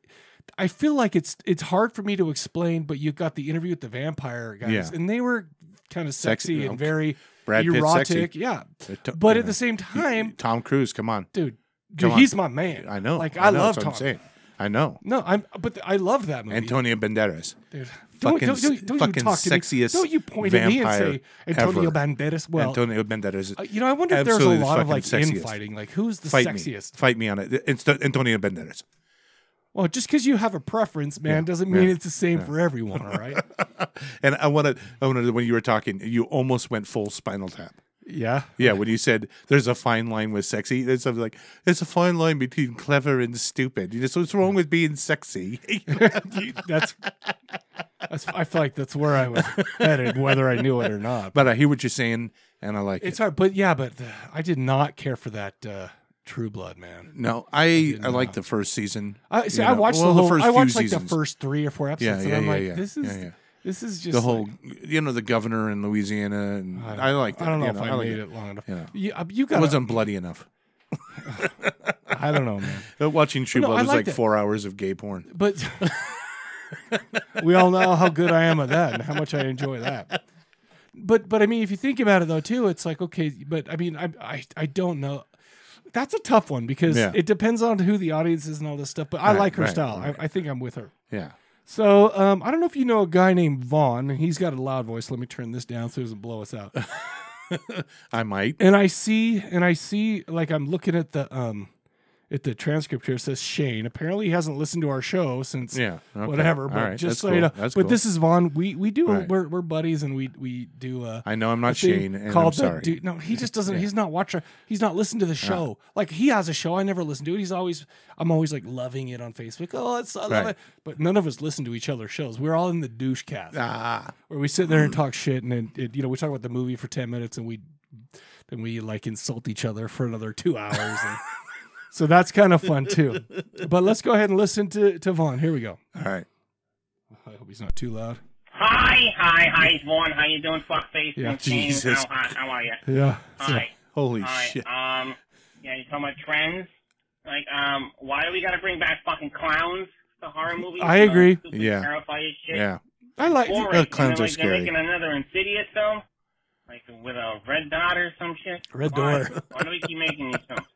I feel like it's it's hard for me to explain, but you got the interview with the vampire guys,
Yeah.
and they were kind of sexy,
Sexy, you know,
and very
Brad Pitt's
erotic,
sexy.
yeah.
They're to-
But
Uh, you
at
know.
the same time,
Tom Cruise, come on.
dude, dude,
Come on.
he's my man.
I know.
like
I,
I,
know,
love
that's
Tom.
what I'm saying. I know.
No, I'm, but I love that movie.
Antonio Banderas.
Dude,
Fucking
don't,
s-
don't, don't, don't
fucking
even talk to me.
sexiest
Don't you point at me and
vampire
say Antonio
ever.
Banderas? Well,
Antonio Banderas.
uh, you know, I wonder if there's a
absolutely
lot of
fucking
like
sexiest.
infighting. Like, who's the
Fight
sexiest?
me. Fight me on it. It's the- Antonio Banderas.
Well, just because you have a preference, man, doesn't mean it's the same for everyone. All right?
And I want to. I wanted when you were talking, you almost went full Spinal Tap.
yeah.
Yeah, when you said there's a fine line with sexy, there's something like there's a fine line between clever and stupid. You know, so what's wrong with being sexy?
You- that's, that's. I feel like that's where I was headed, whether I knew it or not. But
but I hear what you're saying, and I like
it's
it.
hard. But yeah, but uh, I did not care for that uh, True Blood, man.
No, I I,
not.
like the first season.
I see.
you
I
know.
watched
Well,
the whole. I
few
watched like
seasons.
the first three or four
Yeah,
episodes,
yeah,
and I'm
yeah,
like,
yeah.
this
Yeah,
is
yeah.
this is just
the
like-
whole you know the governor in Louisiana and I, like that.
I don't know
you
if I,
like
made it. long enough.
you know.
You, uh, you
It
got.
wasn't bloody enough.
I don't know, man.
Uh, Watching True
No,
Blood
I
was
like
like
that.
four hours of gay porn.
But we all know how good I am at that and how much I enjoy that. But but I mean, if you think about it though, too, it's like okay. But I mean, I I, I don't know. That's a tough one because
Yeah.
it depends on who the audience is and all this stuff. But I
Right,
like her
right,
style.
right.
I, I think I'm with her.
Yeah.
So um, I don't know if you know a guy named Vaughn. and He's got a loud voice. Let me turn this down so he doesn't blow us out.
I might.
and I see and I see like I'm looking at the um at the transcript here it says Shane. Apparently, he hasn't listened to our show since
Yeah. okay.
whatever.
All
But
right,
just
that's
so
cool.
you know,
That's
but
cool.
this is Vaughn. We we do
Right.
we're we're buddies, and we we do. Uh,
I know I'm not
a thing
Shane, and I'm
called the
sorry.
dude- no, he just doesn't.
Yeah.
He's not watching. He's not listening to the show. Like he has a show. I never listen to it. He's always. I'm always like loving it on Facebook. Oh, it's I love
Right.
it. But none of us listen to each other's shows. We're all in the douche cast
ah,
where we sit there and talk shit, and then it, you know we talk about the movie for ten minutes, and we then we like insult each other for another two hours. And, so that's kind of fun too. But let's go ahead and listen to to Vaughn. Here we go.
all right.
I hope he's not too loud.
Hi, hi, hi, it's Vaughn. How you doing, fuckface?
Yeah,
I'm Shane.
Jesus.
How, how, how are you?
Yeah.
Hi.
Holy
Hi.
shit!
Um, yeah, you talking about trends? Like, um, why do we gotta bring back fucking clowns to horror movies?
I
You know,
agree.
stupid,
Yeah.
Terrifying shit.
Yeah.
I like.
Boring.
Uh, clowns
and
are
then, like,
scary.
They're making another Insidious film, like with a red dot or some shit.
Red
Why?
door.
Why do we keep making these films?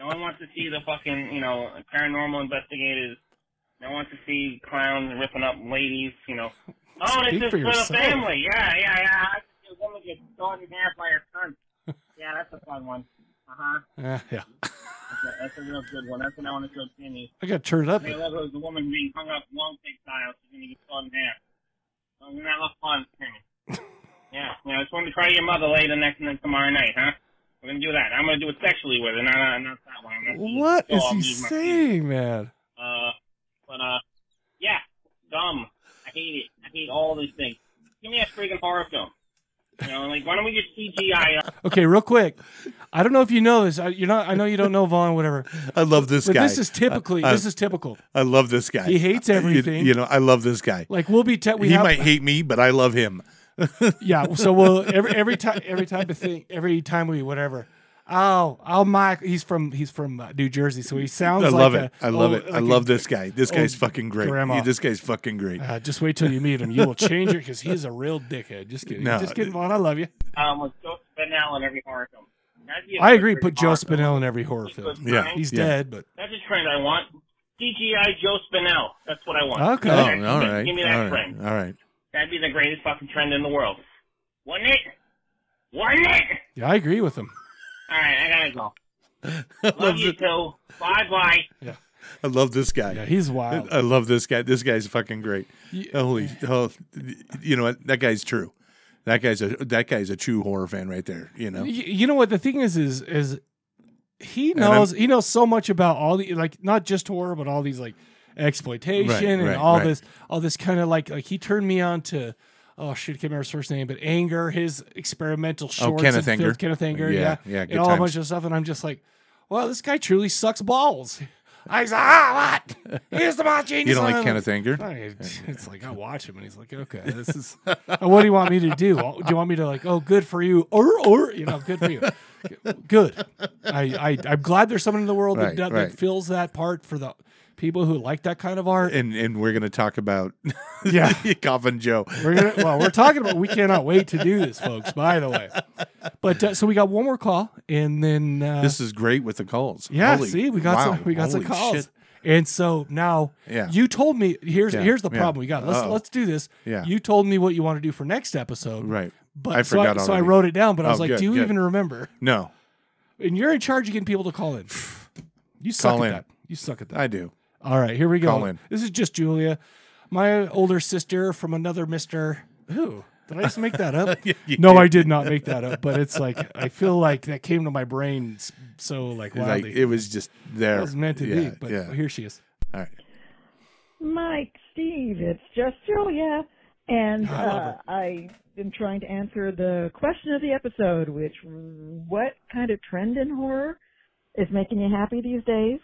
No one wants to see the fucking, you know, paranormal investigators. No one wants to see clowns ripping up ladies, you know. Oh,
Speak
this is
for
for
yourself.
the family. Yeah, yeah, yeah. I see a woman get torn in half by her son. Yeah, that's a fun one. Uh huh.
Yeah, Eh, yeah.
That's, a- that's a real good one. That's what I want to show Jimmy.
I got turned up.
I love it was a woman being hung up long pig style. She's gonna get torn in half. So we're gonna have fun, Jimmy. yeah, yeah. I just wanted to try your mother later next night tomorrow night, huh? We're gonna do that. I'm gonna do it sexually with her. No, no, not that one. I'm gonna do
What
this.
is
So I'll
he
use my-
saying, man?
Uh, but uh, yeah, dumb. I hate it. I hate all these things. Give me a freaking horror film. You know, like why don't we just CGI up?
Okay, real quick. I don't know if you know this. I, you're not. I know you don't know Vaughn. Whatever.
I love this
But
guy. Uh,
this is typically.
I- I-
this is typical.
I love this guy. Uh,
He hates
You-
everything.
You, know, I love this guy.
Like we'll be. Te- we
he
have,
might hate me, but I love him.
Yeah. So we'll every every time every type of thing every time we whatever. Oh, oh, Mike. He's from he's from uh, New Jersey, so he sounds.
I
like
love
a-
it. I love
oh,
it. I
like a-
love this guy. This guy's
old
fucking great.
grandma.
He- this guy's fucking great.
Uh, just wait till you meet him. You will change it because he's a real dickhead. Just kidding.
No.
Just kidding, Vaughn. I love you.
Um, with Joe Spinell in every horror film. That'd be a
I agree.
freaking
Put Joe
horror film.
Spinell in every horror film.
Yeah.
Fine.
He's
Yeah.
dead, but
That's a trend I want. CGI Joe Spinell. That's what I want.
Okay.
Oh,
Yeah,
all
Give me-
right.
Give me that
all right.
trend.
All right.
That'd be the greatest fucking trend in the world. Wouldn't it? Wouldn't it?
yeah, I agree with him.
All right, I gotta go. Love
love
you
thi-
too. Bye bye.
I love this guy.
Yeah, he's wild.
I love this guy. This guy's fucking great.
Ye-
Holy, oh, you know what? That guy's true. That guy's a that guy's a true horror fan right there. You know,
Y- you know what the thing is is is he
I'm-
knows he knows so much about all the like not just horror but all these like exploitation
Right,
and
right,
all
right.
this all this kind of like like he turned me on to oh shit I can't remember his first name but anger his experimental shorts
Oh, Kenneth
and films-
Anger.
Kenneth Anger
Yeah,
yeah
yeah, good
and all a
times.
bunch of stuff and I'm just like well this guy truly sucks balls I was like ah what here's the most genius
you don't
on
like
the-
Kenneth Anger.
I- it's like I watch him and he's like, okay, this is. what do you want me to do? Do you want me to like, oh, good for you, or or you know, good for you, good. I, I I'm glad there's someone in the world
Right,
that, does,
right.
that fills that part for the people who like that kind of art.
And and we're gonna talk about
Yeah.
Coffin Joe.
We're gonna, well, we're talking about. We cannot wait to do this, folks. By the way, but uh, so we got one more call, and then uh,
This is great with the calls.
Yeah,
Holy-
see, we got
wow,
some we got some
holy
calls.
shit.
And so now
Yeah.
you told me here's
Yeah,
here's the
yeah.
problem we got. Let's
Uh-oh.
let's do this.
Yeah.
You told me what you want to do for next episode.
Right.
But
I
so
forgot
I, so I
already.
wrote it down, but I
Oh,
was like,
good,
do you
good.
even remember?
No,
And you're in charge of getting people to call in. You suck
Call
at
in.
that. You suck at that.
I do.
All right, here we go.
Call in.
This is just Julia, my older sister from another Mister. Who did I just make that up? no, I did not make that up. But it's like I feel like that came to my brain s- so like
It's Like
wildly.
it was just there.
That was meant to
yeah,
be, but
yeah.
here she is.
All right.
Mike, Steve, it's just Julia. And
I love
uh,
her.
I am trying to answer the question of the episode, which what kind of trend in horror is making you happy these days?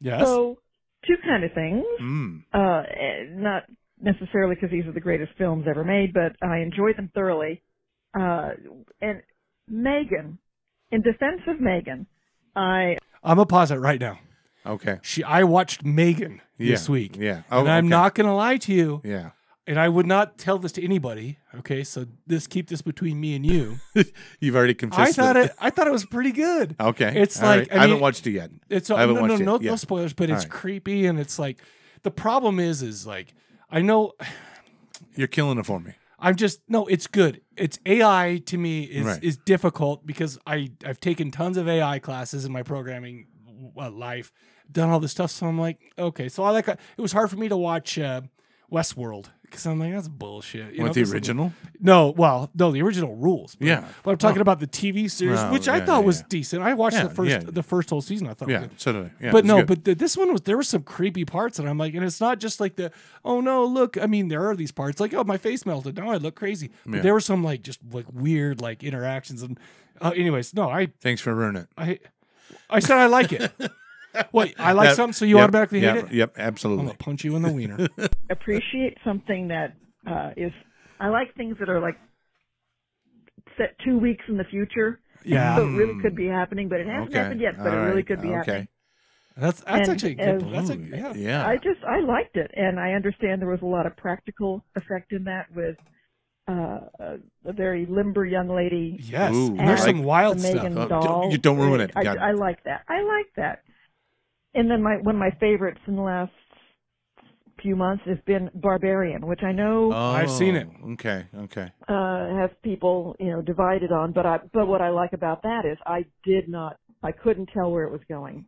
Yes.
So, two kind of things.
Mm.
Uh, eh, not necessarily because these are the greatest films ever made, but I enjoy them thoroughly. Uh, and Megan, in defense of Megan, I
I'm gonna pause it right now.
Okay.
She, I watched Megan
Yeah,
this week.
yeah. Oh,
and I'm
okay.
not gonna lie to you,
Yeah.
and I would not tell this to anybody. Okay, so this keep this between me and you.
You've already confessed.
I thought
that-
it. I thought it was pretty good.
Okay.
It's
all
like-
right.
I
I, haven't
mean-
watched it yet.
It's
I haven't
no,
watched
no,
it
no, no
yet.
spoilers, but it's
All right.
creepy and it's like the problem is, is like I know
You're killing it for me.
I'm just no. It's good. It's AI to me is
Right.
is difficult because I I've taken tons of AI classes in my programming uh, life, done all this stuff. So I'm like, okay. So I like it was hard for me to watch uh, Westworld because I'm like that's bullshit. You
With
know,
the
'cause I'm-
original?
No, well, no, the original rules. But,
Yeah.
but I'm talking about the TV series,
Oh,
which I
yeah,
thought
yeah,
was
yeah.
decent. I watched
Yeah,
the first
yeah.
the first whole season. I thought, was
Yeah,
Oh, good.
so did I. Yeah,
but
it's
no,
good.
but the, this one was there were some creepy parts, and I'm like, and it's not just like the oh no, look. I mean, there are these parts like oh my face melted, now I look crazy. But
Yeah.
there were some like just like weird like interactions and uh, anyways, no, I
thanks for ruining it.
I I said I like it. Wait, I like
That-
something, so you
yep,
automatically hate
yep,
it.
Yep,
I'm
absolutely.
gonna punch you in the wiener.
appreciate something that uh, is. I like things that are like set two weeks in the future.
Yeah.
So it really could be happening, but it hasn't happened yet. But
all
it really
right,
could be happening.
okay.
That's that's
And
actually a good.
as-
That's a,
Ooh,
yeah.
yeah.
I just I liked it, and I understand there was a lot of practical effect in that with uh, a- a very limber young lady.
Yes,
Ooh,
and there's
and
some wild
the
stuff.
Megan
Oh, don't-
doll.
you don't ruin it.
I,
God.
I like that. I like that. And then my one of my favorites in the last few months has been Barbarian, which I know
I've seen it.
Oh, Okay, okay.
uh, have people you know divided on. But I but what I like about that is I did not I couldn't tell where it was going,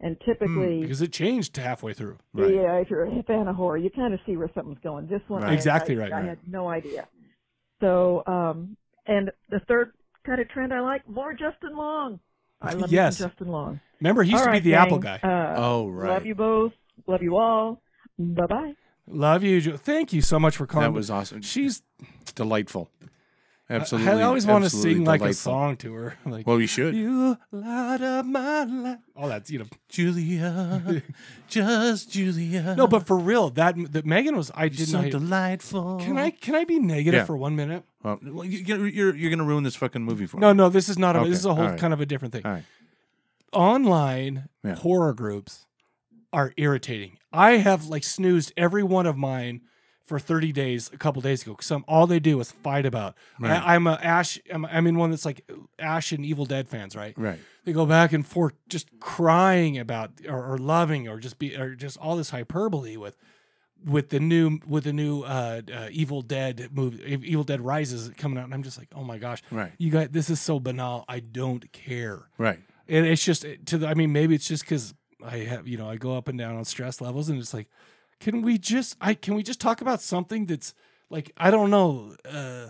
and
Mm,
typically.
because it changed halfway through.
Right.
Yeah, if you're a fan of horror, you kind of see where something's going. This one,
Right.
I-
Exactly
I,
right,
I
right.
had no idea. So, um, and the third kind of trend I like more Justin Long. I love me some
Yes.
Justin Long.
Remember, he used
All
to
right,
be the Apple guy.
gang. Uh,
Oh, right.
Love you both. Love you all. Bye bye.
Love you. Jo- Thank you so much for calling.
That was awesome.
she's
delightful.
I-
Absolutely.
I, always want to
absolutely
sing like a
delightful.
song to her. Like
Well, you should.
you light up my life. All that's you know.
Julia, just Julia.
No, but for real, that that Megan was. I
you're
did
so
not.
delightful.
Can I can I be negative
Yeah.
for one minute?
Well, you, you're you're gonna ruin this fucking movie for
No,
me.
no. This is not. A,
Okay,
This is a whole
all right.
kind of a different thing.
All right.
Online
Yeah.
horror groups are irritating. I have like snoozed every one of mine for 30 days a couple days ago. Some all they do is fight about.
Right.
I, I'm a Ash. I'm, I'm in one that's like Ash and Evil Dead fans, right?
Right.
they go back and forth just crying about or, or loving or just be or just all this hyperbole with with the new with the new uh, uh evil dead movie Ev- evil dead rises coming out and i'm just like oh my gosh
Right.
you got this is so banal i don't care
Right.
and it's just it- to the i mean maybe it's just because i have you know i go up and down on stress levels and it's like can we just i can we just talk about something that's like i don't know uh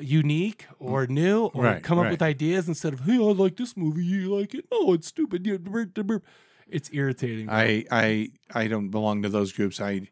unique or new or
Mm. Right,
come up
right.
with ideas instead of hey i like this movie you like it oh it's stupid you- brr, brr, brr." it's irritating
I I I don't belong to those groups. I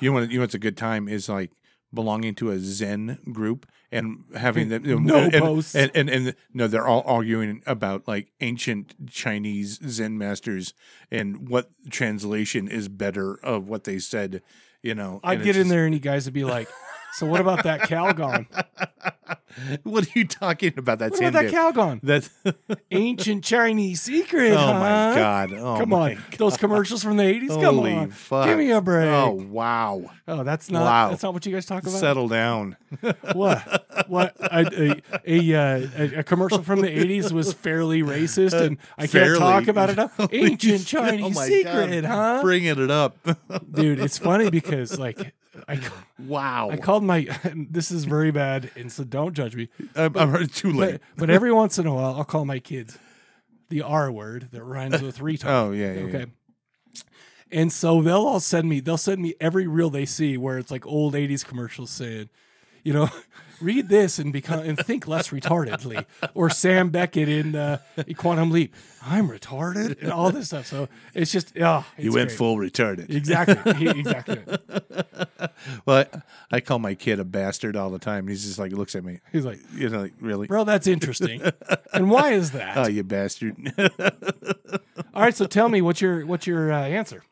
you know what you know what's a good time is like belonging to a Zen group and having them
No
and,
posts.
and, and and no they're all arguing about like ancient Chinese Zen masters and what translation is better of what they said. You know,
i'd
and
get
it's
in there and you guys would be like so what about that calgon
just- what are you talking about? That's
what about that
Hindu.
calgon
That's oh
ancient chinese secret
my
huh?
god! Oh
come
my
on those commercials from the 80s come
Holy
on
fuck.
give me a break
Oh wow!
Oh, that's not
Wow.
that's not what you guys talk about.
Settle down.
What? What? A a, a, uh, a, a commercial from the '80s was fairly racist, and I
Fairly.
can't talk about it now.
Holy
Ancient
shit. Oh
Chinese
my
secret,
God.
huh?
Bringing it up.
Dude, it's funny because like I ca-
wow.
I called my this is very bad, and so don't judge me.
I'm, I'm too late.
But but every once in a while, I'll call my kids the R word that rhymes with retard.
oh yeah, yeah.
Okay.
yeah.
And so they'll all send me, they'll send me every reel they see where it's like old 80s commercials saying, you know, read this and become and think less retardedly. Or Sam Beckett in uh, Quantum Leap, I'm retarded and all this stuff. So it's just, yeah.
You went full retarded.
Exactly. He- exactly.
Well, I, I call my kid a bastard all the time. He's just like looks at me.
He's like,
You know, like, really?
bro, that's interesting. And why is that?
Oh, you bastard!
All right. So tell me what's your, what's your uh, answer?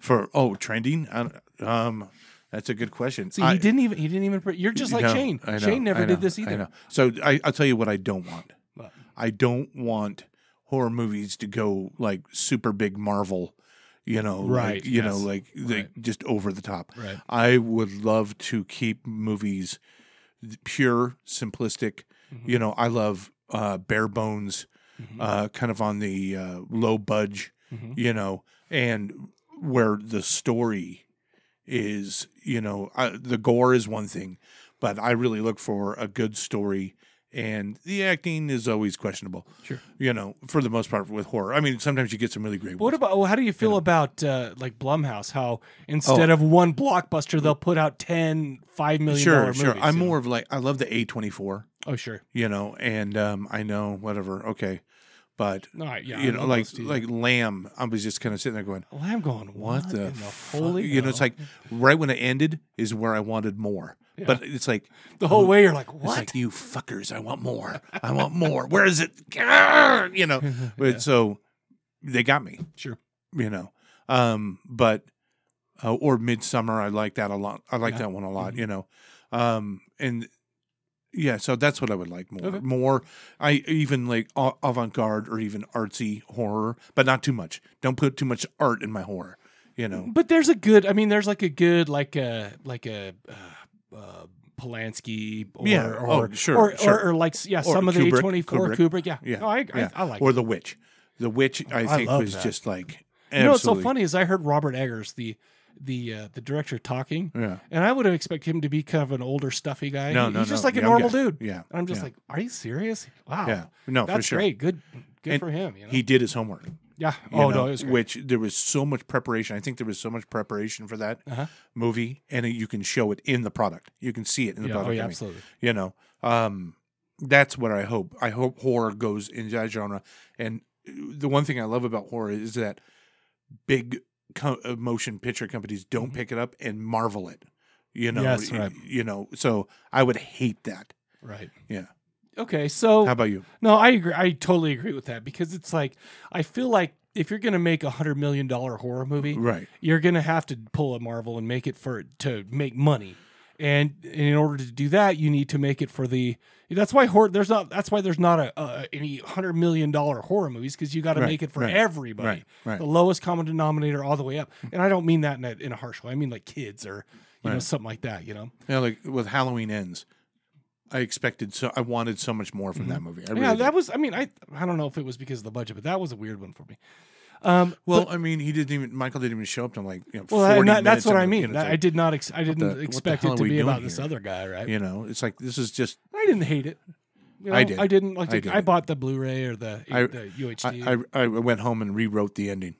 For oh, trending. I don't- Um, that's a good question.
See,
I-
he didn't even, he didn't even, pre- you're just like
No,
Shane.
I know,
Shane never
I know,
did this
I
either.
know. So I, I'll tell you what I don't want.
What?
I don't want horror movies to go like super big Marvel, you know, like-
Right,
you know,
yes,
like like just over the top.
Right.
I would love to keep movies pure, simplistic.
Mm-hmm.
You know, I love uh, bare bones, uh, kind of on the uh, low budge,
Mm-hmm.
you know, and where the story is, you know, I, the gore is one thing, but I really look for a good story and the acting is always questionable.
Sure.
you know, for the most part with horror. I mean, sometimes you get some really great.
What
ones.
about well, how do you feel about uh, like Blumhouse? How
Oh.
instead of one blockbuster, they'll put out 10 five million
sure,
dollar
sure.
movies,
I'm
you know?
more of like I love the A twenty four.
Oh sure,
You know, and um, I know whatever. Okay, but
all right, yeah. I
you know,
love
like
those two.
like Lamb, I was just kind of sitting there going,
Well, I'm going
"What,
what,
the,
in the
fu-"
holy?
You know, it's
hell?
like right when it ended is where I wanted more. But it's like
the whole way you're like
It's
what?
like you fuckers. I want more. I want more. Where is it? Grr! You know. But so they got me.
Sure.
You know. Um. But uh, or midsummer. I like that a lot. I like
Yeah. Mm-hmm.
that one a lot. You know. Um. And yeah. So that's what I would like more.
Okay.
More. I even like au- avant-garde or even artsy horror, but not too much. Don't put too much art in my horror. You know.
But there's a good. I mean, there's like a good like a like a uh, uh, Polanski or
Yeah.
or,
Oh, sure,
or,
sure.
or or like yeah,
Or
some of the
Kubrick,
twenty four
Kubrick.
Kubrick. Yeah,
Yeah.
No, I,
yeah.
I I like.
or
it.
the witch. The witch. I,
I
think
love
was
that.
just like.
you know what's so
absolutely-
funny is I heard Robert Eggers the the uh, the director talking,
Yeah.
and I would have expected him to be kind of an older, stuffy guy.
No,
He-
no,
he's just
no,
like a
young
normal
guy.
dude.
Yeah,
and I'm just
yeah.
like, are you serious? Wow,
Yeah. No, for
that's
sure.
great. Good, good
And
for him. You know?
He did his homework. you
yeah. Oh
know,
no, it was great.
which there was so much preparation. I think there was so much preparation for that
Uh-huh.
movie, and you can show it in the product. You can see it in the
yeah,
product.
oh yeah,
I mean,
absolutely.
you know, um, that's what I hope. I hope horror goes in that genre. And uh, the one thing I love about horror is that big co- uh, motion picture companies don't pick it up and marvel it. You know,
Mm-hmm. Yes,
y-
right.
you know. So I would hate that.
Right.
Yeah.
Okay, so
How about you?
No, I agree. I totally agree with that because it's like I feel like if you're gonna make a hundred million dollar horror movie,
Right.
you're gonna have to pull a Marvel and make it for to make money. And in order to do that, you need to make it for the. That's why horror. There's not. That's why there's not a, a any hundred million dollar horror movies because you got to
Right,
make it for
right,
everybody,
right, right.
the lowest common denominator all the way up. And I don't mean that in a, in a harsh way. I mean like kids or you know
Right.
something like that. You know.
Yeah, like with Halloween ends, I expected so I wanted so much more from that movie. I
Mm-hmm. yeah,
really
that
did.
was. I mean, I I don't know if it was because of the budget, but that was a weird one for me. Um,
well, I mean, he didn't even Michael didn't even show up to like you know,
Well,
40
and that- that's
minutes
what
into
I
the-
mean.
you know,
That-
it's
I did not. Ex- I
the-
didn't
what the
expect
hell
it
are
to
we
be
doing
about this
here?
other guy, right?
like, you know, it's like this is just
I didn't hate it. You
I
know,
did.
I didn't like.
I
The, I,
did.
bought the Blu-ray or the,
I-
the UHD.
I, I I went home and rewrote the ending.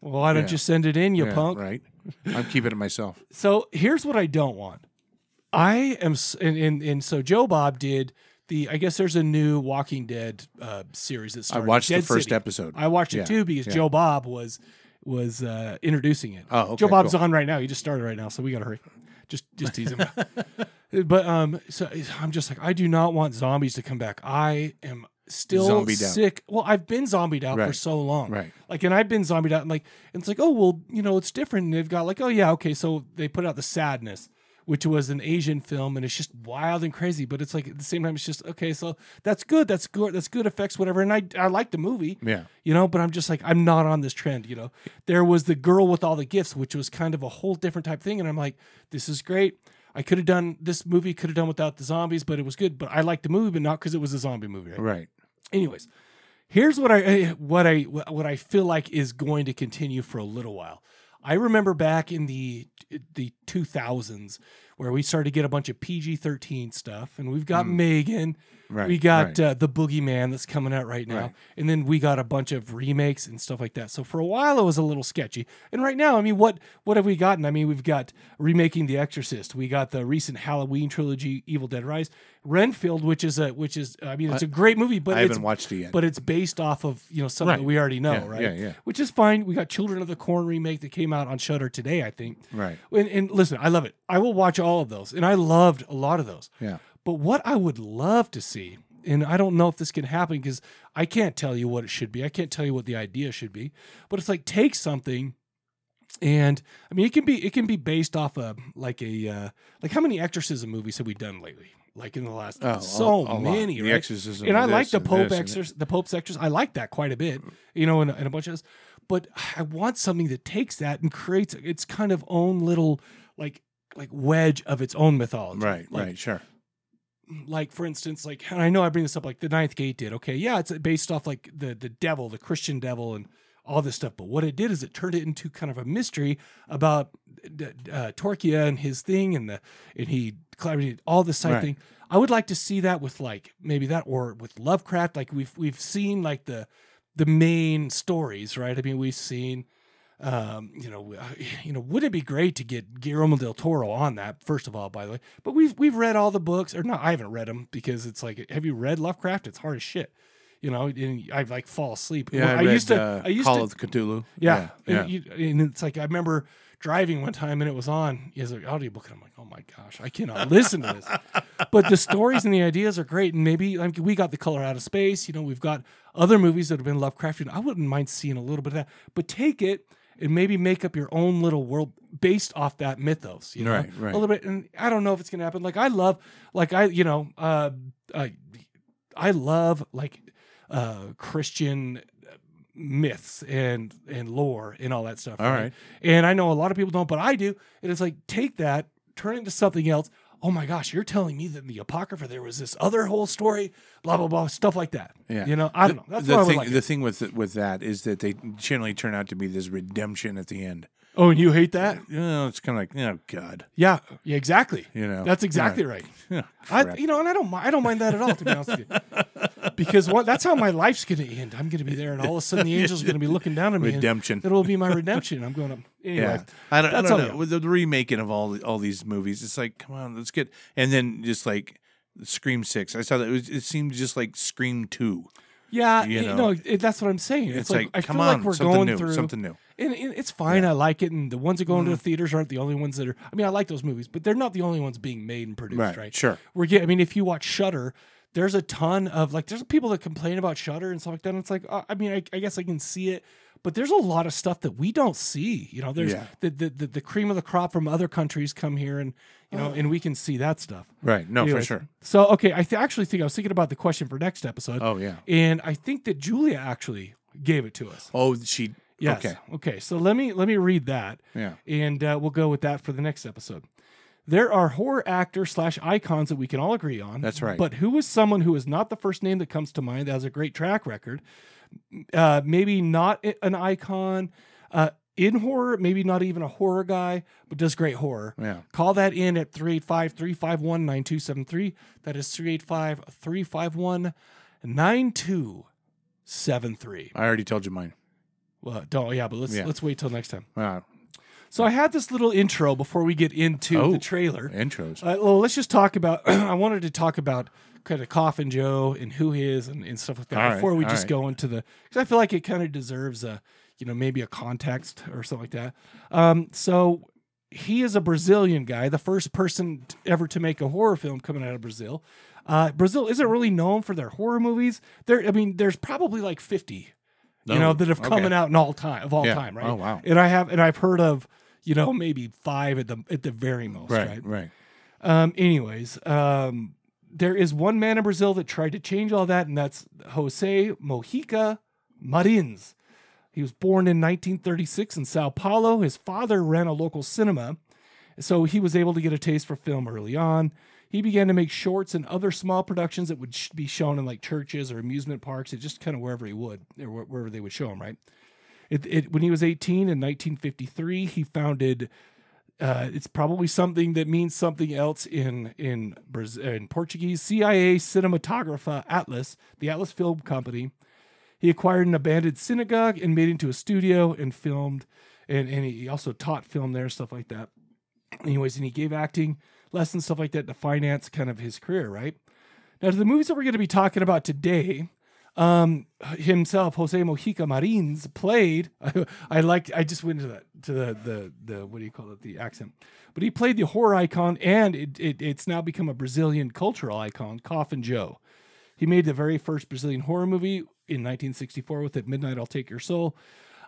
well, why don't
yeah.
you send it in, you
Yeah,
punk?
Right. I'm keeping it myself.
So here's what I don't want. I am, s- and and, and so Joe Bob did the. I guess there's a new Walking Dead uh, series that
I
started.
watched the
Dead
first
City.
episode.
I watched it
Yeah,
too because
yeah.
Joe Bob was was uh, introducing it.
Oh, okay,
Joe Bob's
cool.
on right now. He just started right now, so we gotta hurry. Just just tease him. but um, so I'm just like, I do not want zombies to come back. I am still
Zombied out.
sick. Well, I've been zombied out for
Right,
so long.
right.
Like, and I've been zombied out, and like, and it's like, oh well, you know, it's different. And they've got like, oh yeah, okay. So they put out the sadness. Which was an Asian film, and it's just wild and crazy. But it's like at the same time, it's just okay. So that's good. That's good. That's good effects, whatever. And I, I like the movie
Yeah.
you know but i'm just like i'm not on this trend you know there was the girl with all the gifts which was kind of a whole different type thing and i'm like this is great i could have done this movie could have done without the zombies but it was good but i liked the movie but not because it was a zombie movie right?
Right.
anyways here's what i eh, what i what i feel like is going to continue for a little while i remember back in the the 2000s where we started to get a bunch of pg-13 stuff and we've got megan
Mm. Right.
we got
right.
uh, the Boogeyman that's coming out right now,
Right.
and then we got a bunch of remakes and stuff like that. So for a while, it was a little sketchy. And right now, I mean, what what have we gotten? I mean, we've got remaking The Exorcist. We got the recent Halloween trilogy, Evil Dead Rise, Renfield, which is a which is I mean, it's a great movie, but
I
it's
haven't watched it yet.
but it's based off of you know something
Right.
that we already know,
Yeah,
right?
yeah, yeah.
Which is fine. We got Children of the Corn remake that came out on Shutter today, I think.
Right.
And, and listen, I love it. I will watch all of those, and I loved a lot of those.
yeah.
But what I would love to see, and I don't know if this can happen because I can't tell you what it should be. I can't tell you what the idea should be. But it's like take something and I mean it can be it can be based off a like a uh, like how many exorcism movies have we done lately? Like in the last
Oh, a- a
so
lot.
many,
The
right?
Exorcism
and I
and
like
this
the
and
Pope
this and-
exorc- the Pope's exorcism. I like that quite a bit, you know, and, and a bunch of this. But I want something that takes that and creates its kind of own little like like wedge of its own mythology.
Right.
Like,
right. Sure.
like for instance like and i know i bring this up like the ninth gate did okay yeah it's based off like the the devil the christian devil and all this stuff. But what it did is it turned it into kind of a mystery about d- d- uh, Torquia and his thing, and the and he collaborated all this type
Right.
thing. I would like to see that with like maybe that or with Lovecraft. Like we've we've seen like the the main stories, right? I mean, we've seen um, you know, w- you know, would it be great to get Guillermo del Toro on that? First of all, by the way, but we've we've read all the books, or no, I haven't read them because it's like, have you read Lovecraft? It's hard as shit, you know. And I like fall asleep.
Yeah, I,
Well,
read,
used to,
uh,
I used
Call
to,
of Cthulhu.
yeah,
yeah.
And, you- and it's like I remember driving one time and it was on as an audiobook, and I'm like, oh my gosh, I cannot listen to this. But the stories and the ideas are great, and maybe like we got the color out of space. You know, we've got other movies that have been Lovecraftian. I wouldn't mind seeing a little bit of that, but take it and maybe make up your own little world based off that mythos. You know,
Right, right.
a little bit. And I don't know if it's gonna happen. Like I love, like I, you know, uh, I, I love like uh Christian myths and and lore and all that stuff.
All right.
And I know a lot of people don't, but I do. And it's like take that, turn it into something else. Oh my gosh, you're telling me that in the Apocrypha there was this other whole story, blah blah blah, stuff like that.
Yeah.
You know, I don't know. That's
the
what I would
thing.
like.
the thing with with that is that they generally turn out to be this redemption at the end.
oh, and you hate that?
You know, it's kind of like, oh God,
Yeah. Yeah, exactly.
you know,
That's exactly right.
right.
I, you know, and I don't, mi- I don't mind that at all, to be honest with you, because what, that's how my life's going to end. I'm going to be there, and all of a sudden, the angels are going to be looking down at me. and
Redemption.
It will be my redemption. I'm going to anyway.
Yeah, I don't, I
that's
don't
all-
know. With the remaking of all all these movies, it's like, come on, let's get. And then just like Scream Six, I saw that it, was, it seemed just like Scream Two.
Yeah,
You
you
know.
know, it, that's what I'm saying. It's,
It's,
like,
like,
I
come
feel
on,
like we're
something
going
new,
through
something new.
And, and it's fine. I like it, and the ones that go
Mm.
into the theaters aren't the only ones that are. I mean, I like those movies, but they're not the only ones being made and produced, right?
Sure.
We're getting. I mean, if you watch Shutter, there's a ton of like. There's people that complain about Shutter and stuff like that. And it's like, uh, I mean, I, I guess I can see it, but there's a lot of stuff that we don't see. You know, there's
Yeah.
the, the the the cream of the crop from other countries come here, and you know, and we can see that stuff.
Right. No,
Anyways,
for sure.
So okay, I th- actually think I was thinking about the question for next episode.
Oh yeah.
And I think that Julia actually gave it to us.
Oh, she.
Yes.
Okay.
Okay. So let me let me read that,
Yeah.
and uh, we'll go with that for the next episode. There are horror actor slash icons that we can all agree on.
That's right.
But who is someone who is not the first name that comes to mind that has a great track record? Uh, maybe not i- an icon uh, in horror, maybe not even a horror guy, but does great horror.
Yeah.
Call that in at 385 351 9273. That is 385 351 9273.
I already told you mine.
Well, don't yeah, but let's
Yeah.
let's wait till next time.
Wow.
So I had this little intro before we get into
Oh.
the trailer.
Intros.
Uh, well, let's just talk about. I wanted to talk about kind of Coffin Joe and who he is and, and stuff like that
All right,
before we
all
just
right.
go into the because I feel like it kind of deserves a you know maybe a context or something like that. Um, so he is a Brazilian guy, the first person t- ever to make a horror film coming out of Brazil. Uh, Brazil isn't really known for their horror movies. There, I mean, there's probably like fifty, you
Oh,
know, that have
okay.
come out in all time of all
Yeah.
time, right?
Oh, wow.
And I have, and I've heard of, you know, maybe five at the at the very most, right?
Right. Right.
Um, anyways, um, there is one man in Brazil that tried to change all that, and that's Jose Mojica Marins. He was born in 1936 in Sao Paulo. His father ran a local cinema, so he was able to get a taste for film early on. He began to make shorts and other small productions that would sh- be shown in like churches or amusement parks, and just kind of wherever he would, or wh- wherever they would show him, right? It, it, when he was 18 in 1953, he founded uh, it's probably something that means something else in in Braz- in Portuguese. CIA Cinematographa Atlas, the Atlas Film Company. He acquired an abandoned synagogue and made it into a studio and filmed, and and he also taught film there, stuff like that. Anyways, and he gave acting lessons, stuff like that, to finance kind of his career, right? Now, to the movies that we're going to be talking about today, um, himself, Jose Mojica Marins, played. I, like. I just went into that to the, the the what do you call it? The accent. But he played the horror icon, and it, it it's now become a Brazilian cultural icon, Coffin Joe. He made the very first Brazilian horror movie in 1964 with "At Midnight I'll Take Your Soul."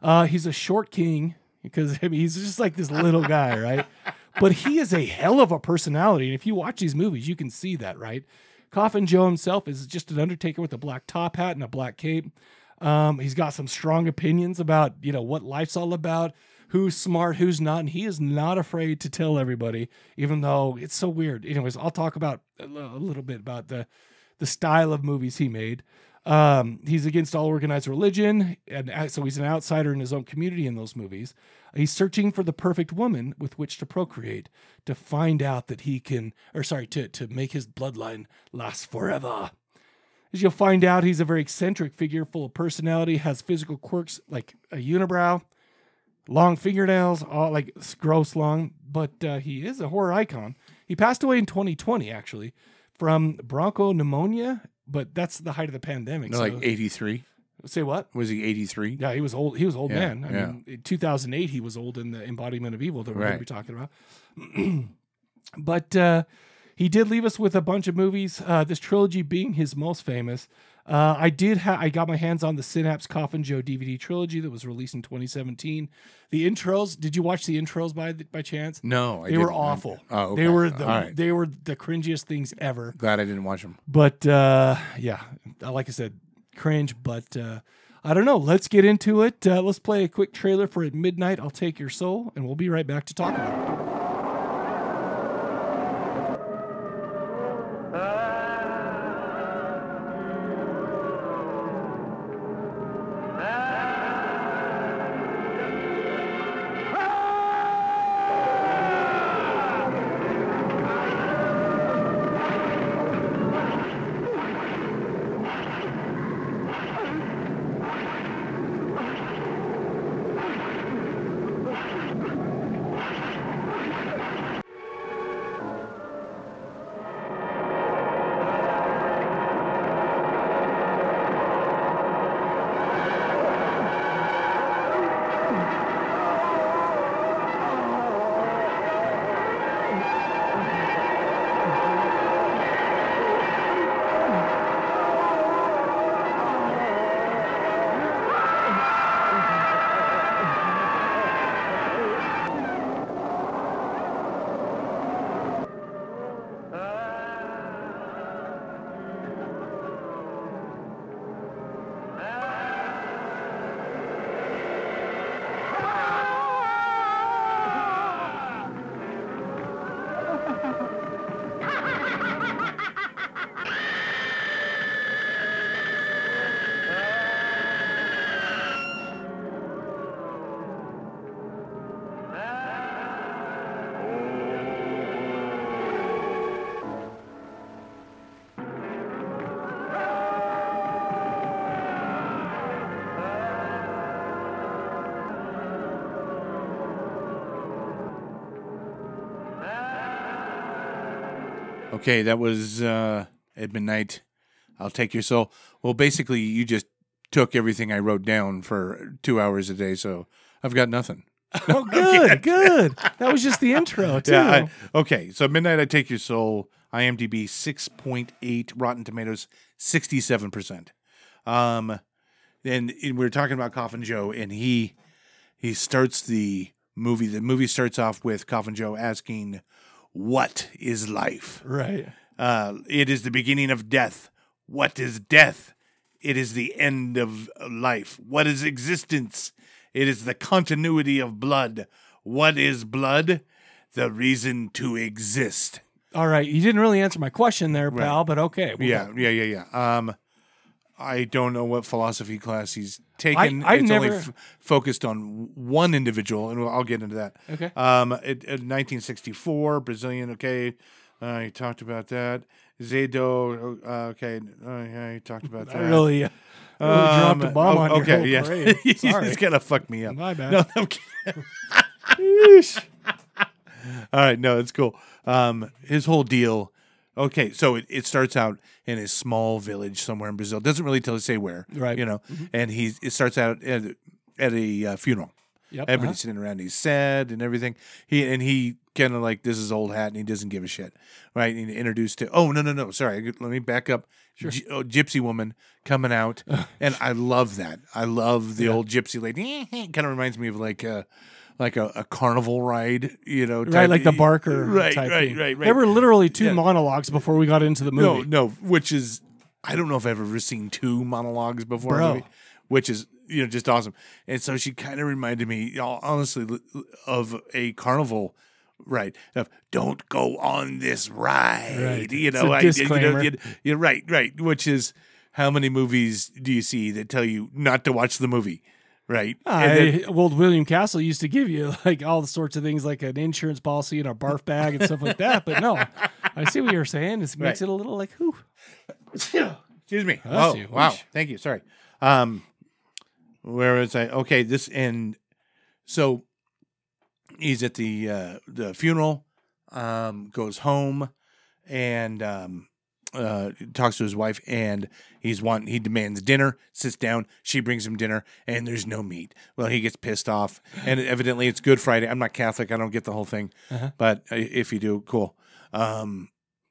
Uh, he's a short king because I mean, he's just like this little guy, right? But he is a hell of a personality. And if you watch these movies, you can see that, right? Coffin Joe himself is just an undertaker with a black top hat and a black cape. Um, he's got some strong opinions about, you know, what life's all about, who's smart, who's not, and he is not afraid to tell everybody, even though it's so weird. Anyways, I'll talk about a li- a little bit about the the style of movies he made. Um, he's against all organized religion, and uh, so he's an outsider in his own community in those movies. He's searching for the perfect woman with which to procreate to find out that he can, or sorry, to, to make his bloodline last forever. As you'll find out, he's a very eccentric figure, full of personality, has physical quirks like a unibrow, long fingernails, all like s- gross long. But uh, he is a horror icon. He passed away in 2020, actually, from broncho pneumonia. But that's the height of the pandemic.
No,
so
like 83.
say what?
Was he 83?
Yeah, he was old. He was old
Yeah,
man. I
yeah.
mean, in 2008, he was old in the embodiment of evil that we're
Right.
going to be talking about. but uh, he did leave us with a bunch of movies. Uh, this trilogy being his most famous. Uh, I did. Ha- I got my hands on the Synapse Coffin Joe DVD trilogy that was released in 2017. The intros. Did you watch the intros by by chance?
No, I
they were
didn't.
awful.
Oh, okay.
They were the
All right.
they were the cringiest things ever.
Glad I didn't watch him.
But uh, yeah, like I said, cringe. But uh, I don't know. Let's get into it. Uh, let's play a quick trailer for At Midnight. I'll Take Your Soul, and we'll be right back to talk about it.
Okay, that was uh, at midnight. I'll take your soul. Well, basically, you just took everything I wrote down for two hours a day, so I've got nothing.
Oh, good, good. That was just the intro, too.
Yeah. I- okay. So midnight, I take your soul. IMDb six point eight. Rotten Tomatoes sixty seven percent. Um, and we were talking about Coffin Joe, and he he starts the movie. The movie starts off with Coffin Joe asking, "What is life?"
right.
Uh, it is the beginning of death. What is death? It is the end of life. What is existence? It is the continuity of blood. What is blood? The reason to exist.
All right. You didn't really answer my question there, pal, but okay. Well,
Yeah, yeah, yeah, yeah. Um, I don't know what philosophy class he's taken.
I
it's only
never-
f- focused on one individual, and I'll get into that.
Okay.
Um, it, it- 1964, Brazilian. Okay, uh, you talked about that. Zedo. Uh, okay, uh, yeah, you talked about that.
I really, uh, really dropped a
Um,
bomb
oh,
on your whole
yeah.
parade. Sorry.
he's gonna fuck me up.
My bad.
No, I'm kidding. All right, no, it's cool. Um, his whole deal. Okay, so it, it starts out in a small village somewhere in Brazil. Doesn't really tell say where,
Right.
You know, and he's it starts out at, at a uh, funeral.
Yep,
Everybody's
uh-huh.
sitting around. He's sad and everything. He and he kind of like this is old hat, and he doesn't give a shit, right? And introduced to oh no no no sorry, let me back up. G- oh, gypsy woman coming out, and I love that. I love the old gypsy lady. kind of reminds me of like a like a, a carnival ride, you know,
Right,
type-
like the Barker
right,
type
right,
thing.
right, right.
There were literally two
Yeah.
monologues before we got into the
no,
movie.
no, which is I don't know if I've ever seen two monologues before, in a
Bro.
movie, which is you know just awesome. And so she kind of reminded me, y'all, honestly, l- of a carnival. Right. Of don't go on this ride.
Right.
You
It's
know,
a
I, you know,
disclaimer.
you- you're right, right. Which is how many movies do you see that tell you not to watch the movie, right?
I,
and then,
well, William Castle used to give you like all the sorts of things, like an insurance policy and a barf bag and stuff like that. But no, I see what you're saying. It makes
Right.
it a little like who?
excuse me.
Bless
oh,
you.
wow.
Whoosh.
Thank you. Sorry. Um, where was I? Okay, this and so he's at the uh, the funeral, um, goes home, and um, uh, talks to his wife, and he's want he demands dinner, sits down, she brings him dinner, and there's no meat. Well, he gets pissed off, and evidently it's Good Friday. I'm not Catholic, I don't get the whole thing,
Uh-huh.
but i- if you do, cool. Um,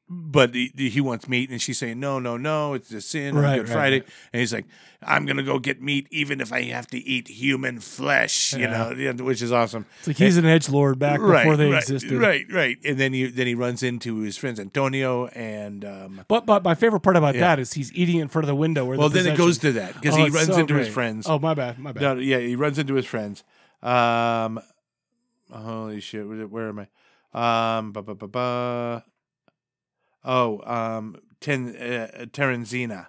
but he, he wants meat, and she's saying no, no, no, it's a sin on
Right,
Good
right,
Friday,
right.
and he's like, I'm gonna go get meat, even if I have to eat human flesh, you
Yeah.
know, yeah, which is awesome.
It's like he's an edge lord back before they
right,
existed.
Right, right. And then you then he runs into his friends Antonio and um
But but my favorite part about
Yeah.
that is he's eating in front of the window. Where
well
the
then it goes to that because
Oh,
he
it's
runs
so
into his
great.
friends.
Oh my bad, my bad.
No, yeah, he runs into his friends. Um holy shit, where, where am I? Um ba, ba, ba, ba. Oh, um Ten uh, Terenzina.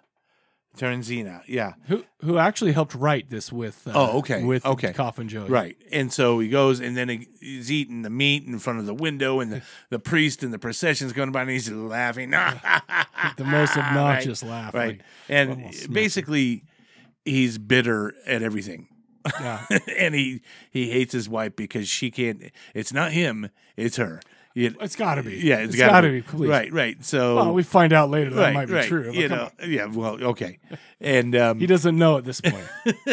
Terenzina. Yeah.
Who who actually helped write this with? Uh,
Oh, okay,
With
okay.
Coffin Joey.
Right. And so he goes and then he, he's eating the meat in front of the window and the, the priest and the procession's going by and he's laughing. the
The most
Ah,
obnoxious laugh.
Right.
like,
and
almost smacking.
basically he's bitter at everything.
yeah.
and he he hates his wife because she can't it's not him, it's her. It-
It's got to be.
yeah,
it's
gotta
got to be. please.
Right, right. So
Well, we find out later that
right,
might be
right.
true. but
You
come
know,
on.
yeah, well, okay. And um
he doesn't know at this point.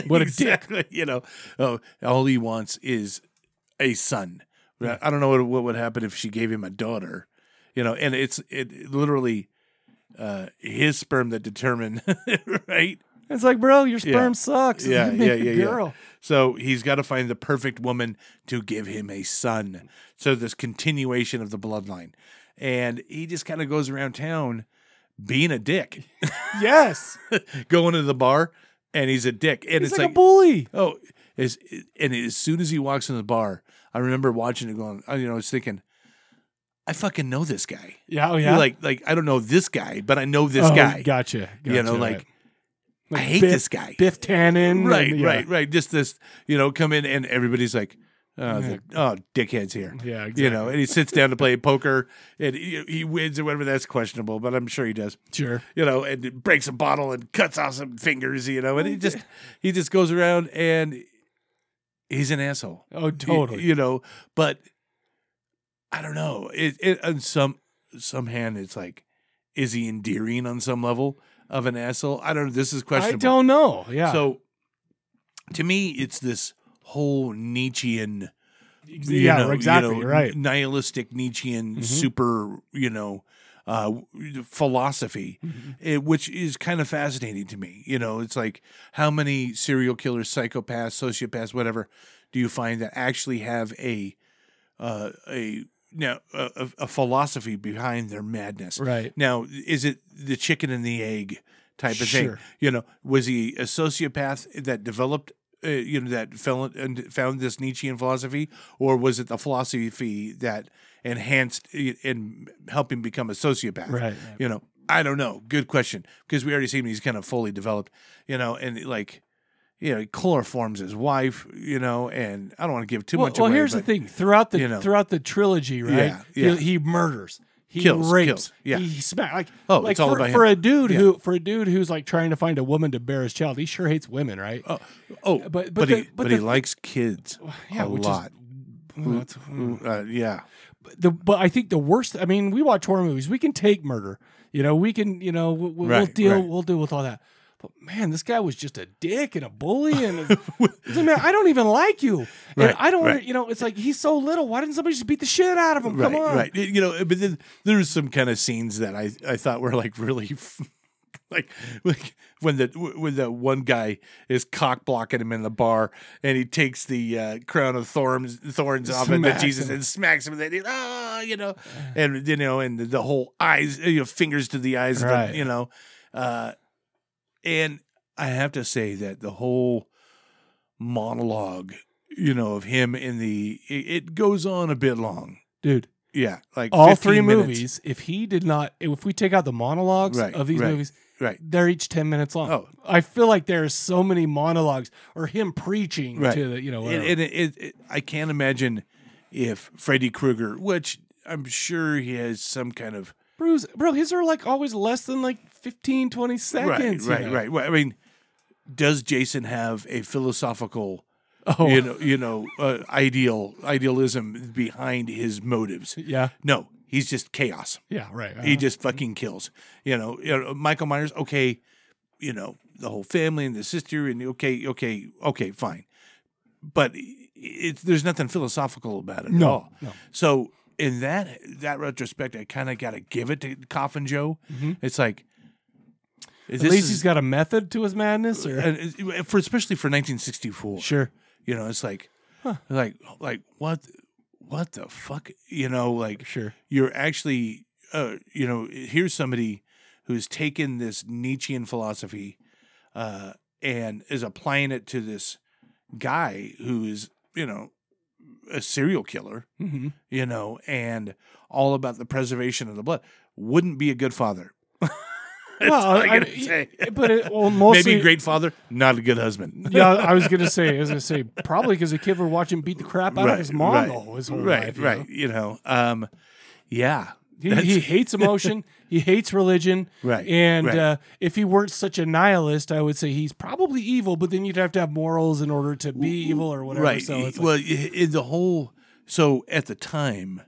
What a dick.
exactly. You know, oh, all he wants is a son. I don't know what, what would happen if she gave him a daughter. You know, and it's it literally uh, his sperm that determine, right?
It's like, bro, your
Yeah.
sperm sucks.
Yeah,
You make
yeah,
a
yeah, yeah.
Girl.
So he's got to find the perfect woman to give him a son. So this continuation of the bloodline, and he just kind of goes around town being a dick,
Yes.
going to the bar, and he's a dick, and
He's
it's
like, a bully.
Oh, as and as soon as he walks in the bar, I remember watching it going, oh, you know, I was thinking, I fucking know this guy.
Yeah. Oh, yeah.
Like, like I don't know this guy, but I know this
Oh,
guy.
Gotcha.
you know,
gotcha,
like,
right.
I hate
Biff-
this guy.
Biff Tannen.
right,
and, yeah.
right, right. Just this, you know, come in and everybody's like, oh, the, oh dickhead's here.
Yeah,
You know, and he sits down to play poker and he, he wins or whatever. That's questionable, but I'm sure he does.
Sure.
you know, and it breaks a bottle and cuts off some fingers, you know, and
Oh,
he just he just goes around and he's an asshole.
Oh,
Y-
totally.
You, know, but I don't know. It, it on some some hand it's like, is he endearing on some level of an asshole? I don't know. This is
I
questionable.
don't know. Yeah.
So to me, it's this whole Nietzschean you
yeah,
know, you
exactly.
know,
You're right.
Nihilistic Nietzschean
Mhm.
super, you know, uh, philosophy,
Mm-hmm.
eh, which is kind of fascinating to me. You know, it's like how many serial killers, psychopaths, sociopaths, whatever, do you find that actually have a uh, a now a, a- a philosophy behind their madness?
Right.
Now, is it the chicken and the egg type of thing?
Sure.
You know, was he a sociopath that developed, uh, you know, that fell in- and found this Nietzschean philosophy, or was it the philosophy that enhanced i- and helped him become a sociopath?
Right, right.
You know, I don't know. Good question because we already seen he's kind of fully developed. You know, and like. You know, he chloroforms his wife. You know, and I don't want to give too
well,
much
well,
away.
here's the
but-
thing. Throughout the
you know.
throughout the trilogy, right?
Yeah, yeah.
He, he murders. He
Kills,
rapes.
kills, yeah.
He smack like
Oh,
like
it's all
for,
about him.
for a dude
Yeah.
who for a dude who's like trying to find a woman to bear his child. He sure hates women, right?
Oh, oh, but
But- but
but,
the-
he
but
but,
the-
he likes kids
yeah,
a
which is-
lot.
Well, that's-
Uh, yeah,
the but I think the worst. I mean, we watch horror movies. We can take murder. You know, we can. You know, we, we- we'll
Right,
deal.
right.
We'll deal with all that. But man, this guy was just a dick and a bully. And it's like, man, I don't even like you. And
Right,
I don't. wanna-
right.
You know, it's like he's so little. Why didn't somebody just beat the shit out of him?
right,
Come on.
right. You know, uh, but then there was some kind of scenes that I I thought were like really. Like, like when the when the one guy is cock blocking him in the bar, and he takes the uh, crown of thorns thorns off of the
Smacks
Jesus
him.
and smacks him, and then ah, you know, and you know, and the whole eyes, uh, you know, fingers to the eyes, of the-
Right.
you know, uh, and I have to say that the whole monologue, you know, of him in the it, it goes on a bit long.
dude.
Yeah, like
All
15
three
minutes.
movies. If he did not, if we take out the monologues
Right,
of these
right.
movies,
Right.
They're each 10 minutes long.
Oh.
I feel like there's so many monologues or him preaching
Right.
to the, you know,
And,
whatever.
and it, it, it, I can't imagine if Freddy Krueger, which I'm sure he has some kind of
Bruce, bro, his are like always less than like 15, 20 seconds. you
right, right,
know?
right. Well, I mean, does Jason have a philosophical,
Oh,
you know, you know, uh, ideal idealism behind his motives?
yeah.
No, he's just chaos.
Yeah, right.
He
uh-huh.
just fucking kills. You know, you know, Michael Myers. Okay, you know the whole family and the sister and okay, okay, okay, fine. But it's there's nothing philosophical about it at all.
no.
So in that that retrospect, I kind of got to give it to Coffin Joe. It's like
Mm-hmm. At least he's got a method to his madness or
for especially for 1964.
sure.
You know, it's like like like what what the fuck? You know, like
Sure.
you're actually uh, you know here's somebody who's taken this Nietzschean philosophy uh, and is applying it to this guy who is you know a serial killer
Mhm.
you know and all about the preservation of the blood wouldn't be a good father That's
Well,
all I
I-
gotta say.
but it, well, mostly
maybe a great father not a good husband
yeah, I was gonna say, I was gonna say, probably because the kid were watching beat the crap out of his mom
right,
all his whole
right
life. you
right you know um yeah
know?
That's-
He, he hates emotion. he hates religion.
Right,
And
right.
Uh, if he weren't such a nihilist, I would say he's probably evil. But then you'd have to have morals in order to be evil or whatever.
Right.
So it's like,
well, i i- the whole. So at the time,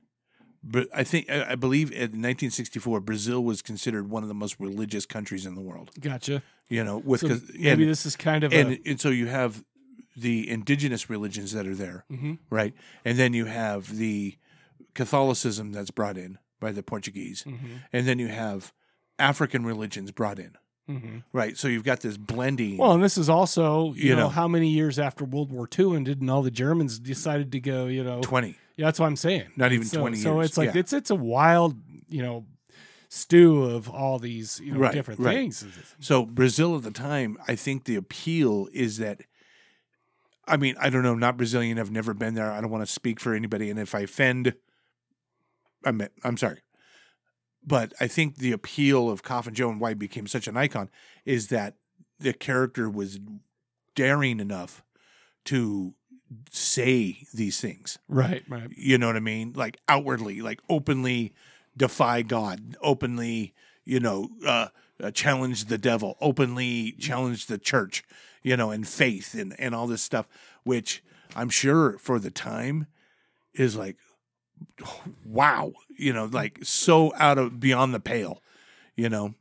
but I think I I believe in 1964, Brazil was considered one of the most religious countries in the world.
gotcha.
You know, with
So
'cause-
maybe
and-
this is kind of
and
a
and so you have the indigenous religions that are there,
Mm-hmm.
right? And then you have the Catholicism that's brought in by the Portuguese,
Mm-hmm.
and then you have African religions brought in, right? So you've got this blending.
well, and this is also Mm-hmm. you,
You
know,
know.
how many years after World War II, and didn't all the Germans decided to go? You know,
Twenty.
Yeah, that's what I'm saying.
Not even
so,
20
So
years,
it's like
yeah.
it's it's a wild, you know, stew of all these, you know,
Right,
different
right.
things.
So Brazil at the time, I think the appeal is that I mean, I don't know, not Brazilian, I've never been there. I don't want to speak for anybody and if I offend I'm I'm sorry. But I think the appeal of Coffin Joe and why he became such an icon is that the character was daring enough to say these things.
Right, right.
You know what I mean? Like outwardly, like openly defy God, openly, you know, uh, uh, challenge the devil, openly challenge the church, you know, and faith and, and all this stuff, which I'm sure for the time is like, wow, you know, like so out of beyond the pale, you know?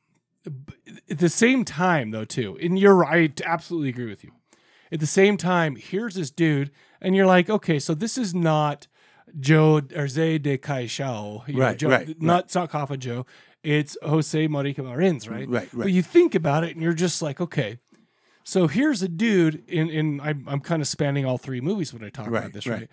At the same time, though, too, and you're right, I absolutely agree with you. At the same time, here's this dude, and you're like, okay, so this is not Joe Arze de Caixao, you
Right,
Joe,
right,
Not it's not Coffin Joe. It's Jose Marica Marins, right?
Right,
But
right.
you think about it, and you're just like, okay. So here's a dude, and in, I'm, I'm kind of spanning all three movies when I talk about
Right,
this,
right.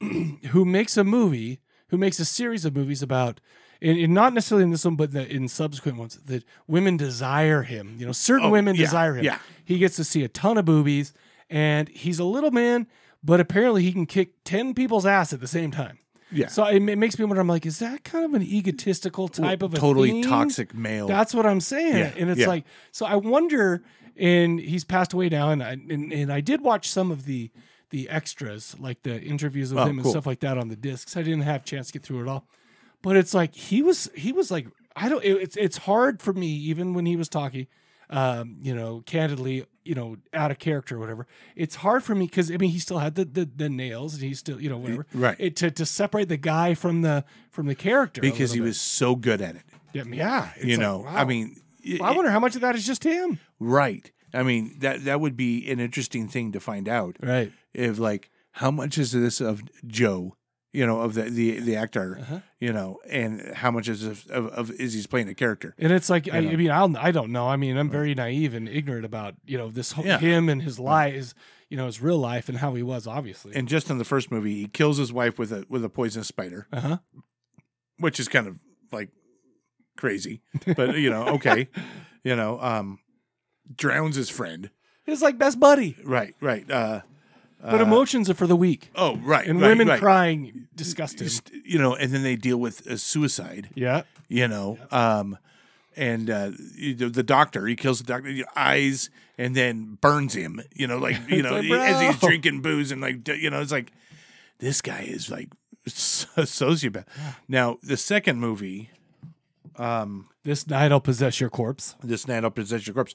right? who makes a movie, who makes a series of movies about, and, and not necessarily in this one, but the, in subsequent ones, that women desire him. You know, certain
Oh,
women
yeah,
desire him.
yeah.
He gets to see a ton of boobies, and he's a little man, but apparently he can kick 10 people's ass at the same time.
Yeah.
So it, it makes me wonder. I'm like, is that kind of an egotistical type of a
totally
thing?
toxic male.
That's what I'm saying.
Yeah,
And it's
yeah.
like, so I wonder, and he's passed away now, and I and, and I did watch some of the the extras, like the interviews with
Oh,
him and
cool.
stuff like that on the discs. I didn't have a chance to get through it all. But it's like he was he was like I don't it, it's it's hard for me, even when he was talking, um, you know, candidly, you know, out of character or whatever. It's hard for me because I mean he still had the, the the nails and he still, you know, whatever.
Right.
It, to to separate the guy from the from the character. a
because
little
he
bit.
was so good at it.
Yeah, I mean, yeah. It's
you
like,
know,
wow.
I mean,
Well, I wonder how much of that is just him.
Right. I mean that that would be an interesting thing to find out.
Right.
If like how much is this of Joe, you know, of the the, the actor,
Uh-huh.
you know, and how much is of, of, of is he's playing a character?
And it's like I, I mean I'll, I don't know. I mean I'm very naive and ignorant about you know this whole,
Yeah.
him and his life is you know his real life and how he was obviously.
And just in the first movie, he kills his wife with a with a poisonous spider,
uh huh.
which is kind of like crazy, but you know, okay, you know, um, drowns his friend.
It's like best buddy,
Right. Right. Uh,
but emotions are for the weak.
oh, right.
And
right,
women
right.
crying disgusted.
Just, you know, and then they deal with uh, suicide.
yeah.
you know um and uh, you know, the doctor he kills the doctor you know, eyes and then burns him you know like you
It's
know
like,
as he's
bro.
drinking booze and like d- you know it's like this guy is like so- sociopath now the second movie um
This night I'll possess your corpse.
this night up possess your corpse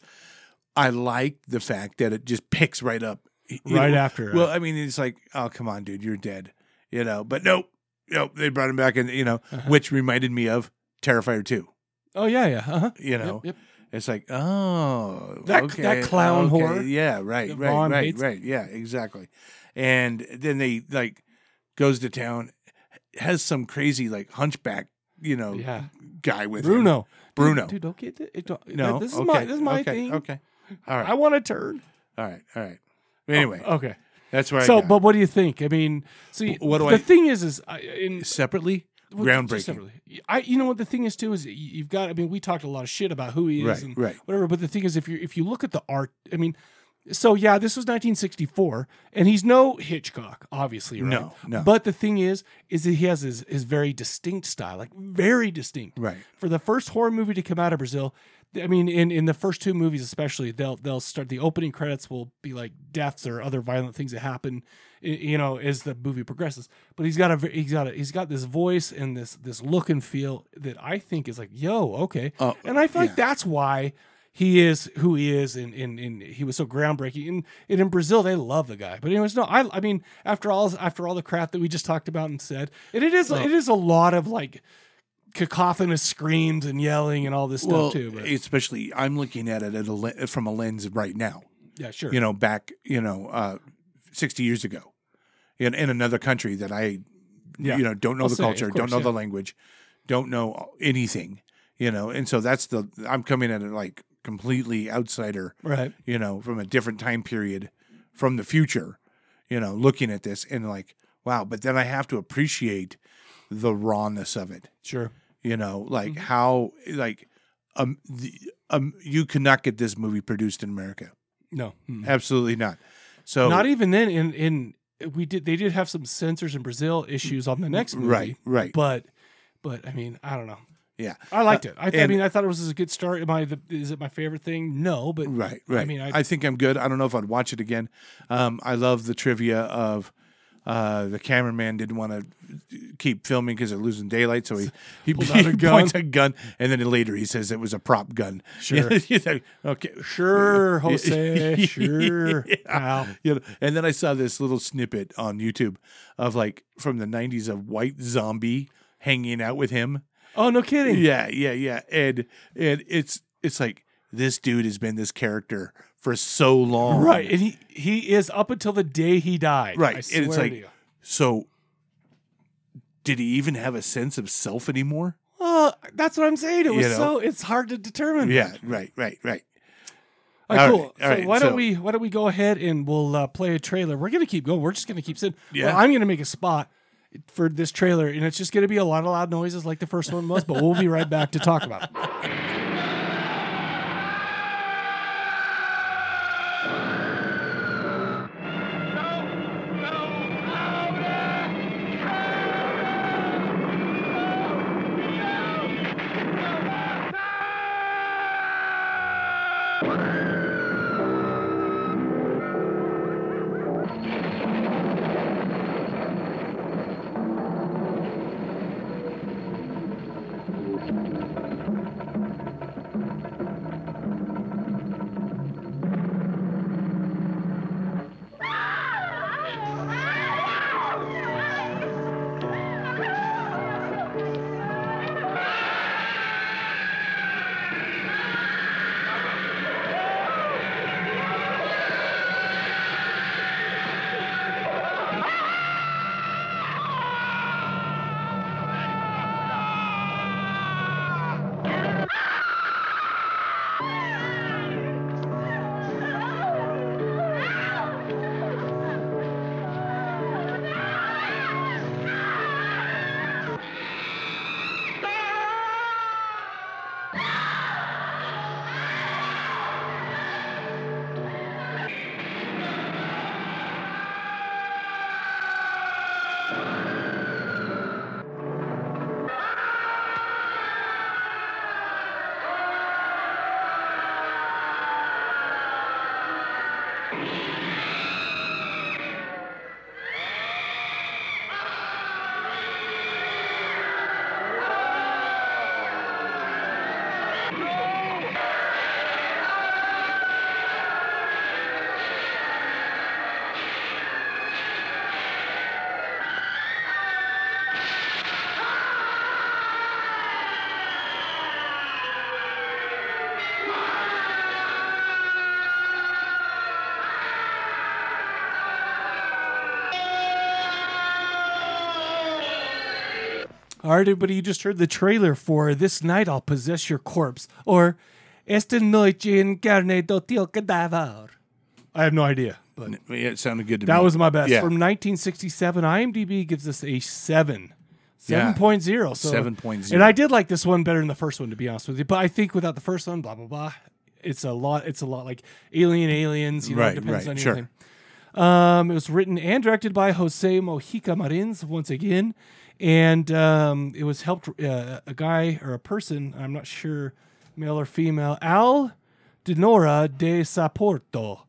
i like the fact that it just picks right up you
right
know,
after.
well, I mean, it's like, oh, come on, dude, you're dead, you know. But nope, nope, they brought him back, and you know,
Uh-huh.
which reminded me of Terrifier two.
oh yeah, yeah. Uh-huh.
You know,
Yep, yep.
it's like, oh,
That-
okay,
that clown
okay,
horror
yeah, right,
that
right,
Vaughn
right,
hates.
right, yeah, exactly. And then they like goes to town, has some crazy like hunchback, you know,
Yeah.
guy with him.
Bruno.
Oh, Bruno.
Dude, don't get it. don't,
No,
this is
okay,
my this is my
okay,
thing.
Okay, all
I
right,
want to turn.
all right, all right. Anyway,
Okay.
that's where I
So,
got.
but what do you think? I mean, see,
Wh- what do
the
I-
thing is, is I, in
separately,
Well,
groundbreaking.
just separately. I, you know what the thing is too is y- you've got. I mean, we talked a lot of shit about who he is
Right,
and
right.
whatever. But the thing is, if you if you look at the art, I mean, so yeah, this was 1964, and he's no Hitchcock, obviously, right?
No, no.
But the thing is, is that he has his his very distinct style, like very distinct.
Right.
For the first horror movie to come out of Brazil, th- I mean, in in the first two movies especially, they'll they'll start the opening credits will be like deaths or other violent things that happen, y- you know, as the movie progresses. But he's got a ve- he's got a, he's got this voice and this this look and feel that I think is like, yo, okay,
Oh,
and I feel
yeah.
like that's why. He is who he is, and, and, and he was so groundbreaking. And, and in Brazil, they love the guy. But anyways, no, I I mean, after all, after all the crap that we just talked about and said, and it is it is a lot of like cacophonous screams and yelling and all this
well,
stuff too. But
especially I'm looking at it at a le- from a lens right now.
yeah, sure.
You know, back you know, uh, sixty years ago, in, in another country that I,
Yeah.
you know, don't know
I'll
the
say, of
culture, don't
course,
know
yeah.
the language, don't know anything. You know, and so that's the I'm coming at it like completely outsider.
right.
You know, from a different time period, from the future. You know, looking at this and like, wow. But then I have to appreciate the rawness of it.
Sure.
you know like
Mm-hmm.
how like um, the, um you could not get this movie produced in america
No. Hmm.
absolutely not so
Not even then. In in we did they did have some censors in Brazil issues on the next movie.
right right
But but I mean I don't know.
yeah Uh,
I liked it. I, th- I
and-
mean I thought it was a good start. Am I the, is it my favorite thing? No, but
right right i
mean,
mean
I-
I, think i'm good i don't know if i'd watch it again um i love the trivia of uh, the cameraman didn't want to keep filming because they're losing daylight, so he he,
Pulled out a
he
gun.
points a gun, and then later he says it was a prop gun.
Sure.
You know, okay,
sure, Jose, sure, pal.
you know, and then I saw this little snippet on YouTube of like from the 90s of White Zombie hanging out with him.
Oh no, kidding.
Yeah, yeah, yeah. And and it's it's like this dude has been this character for so long.
Right, and he he is up until the day he died.
Right,
I
and it's
swear
like-
to you.
So did he even have a sense of self anymore?
Well, that's what I'm saying. It
You
was
know?
so it's hard to determine.
Yeah, right, right, right.
All right,
All
cool.
right,
so
all right,
why don't
so-
we why don't we go ahead and we'll uh, play a trailer? We're gonna keep going. We're just gonna keep sitting.
Yeah.
Well, I'm gonna make a spot for this trailer, and it's just gonna be a lot of loud noises like the first one was. But we'll be right back to talk about it.
Hey,
All right, everybody, you just heard the trailer for This Night I'll Possess Your Corpse or Esta Noche Encarnado Tio Cadaver. I have no idea, but
Yeah, it sounded good to me.
that was my best.
Yeah.
From 1967, IMDb gives us a 7.
Yeah.
7.0. So
7.0.
And I did like this one better than the first one, to be honest with you. But I think without the first one, blah, blah, blah, it's a lot. It's a lot like Alien Aliens. You know,
Right,
it depends
right,
on
sure.
your thing. Um, it was written and directed by Jose Mojica Marins once again, and um, it was helped uh, a guy or a person I'm not sure, male or female, Al Dinora de Saporto,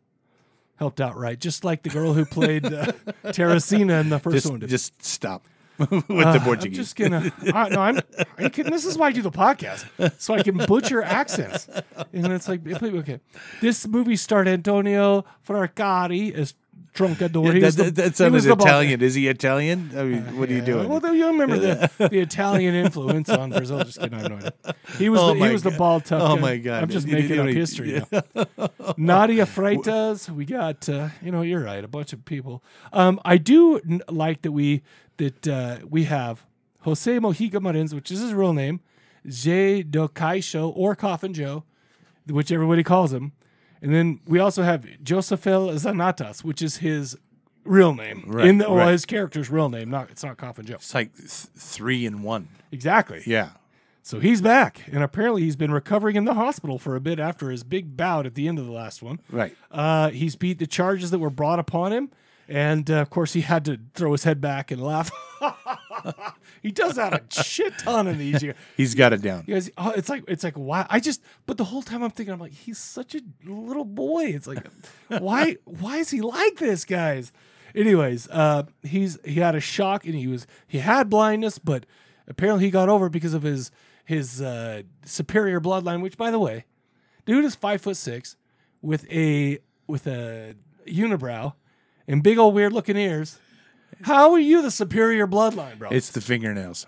helped out right, just like the girl who played uh, Teresina in the first
just,
one. did.
just stop with
Uh,
the Portuguese.
I'm just gonna. I, no, I'm. Are you kidding? This is why I do the podcast, so I can butcher accents. And it's like, okay, this movie starred Antonio Farcari as Troncador. He
that,
was the-
that,
he
that
was
sounded
the bald-
Italian. Is he Italian? I mean, what are you
Yeah,
doing?
Well, you remember the, the Italian influence on Brazil? Just kidding, I have no idea. He was
Oh
the,
my
he was the
God.
bald tough.
Oh
guy.
my God.
I'm just
You- you
making
don't
up
even-
history. now. Nadia Freitas. We got uh, you know you're right. A bunch of people. Um, I do n- like that we that uh, we have Jose Mojica Marins, which is his real name, J do Caixo or Coffin Joe, which everybody calls him, and then we also have Josephel Zanatas, which is his real name
Right,
in the, well,
right.
his character's real name. Not it's not Coffin Joe.
it's like th- three in one.
Exactly.
Yeah.
So he's back, and apparently he's been recovering in the hospital for a bit after his big bout at the end of the last one.
Right.
Uh, he's beat the charges that were brought upon him, and uh, of course he had to throw his head back and laugh. he does that a shit ton in these years.
He's got it down.
You guys, oh, it's like it's like why I just but the whole time I'm thinking I'm like he's such a little boy. It's like why why is he like this, guys? Anyways, uh, he's he had a shock and he was he had blindness, but apparently he got over it because of his his uh, superior bloodline. Which, by the way, dude is five foot six with a with a unibrow and big old weird looking ears. How are you the superior bloodline, bro?
It's the fingernails.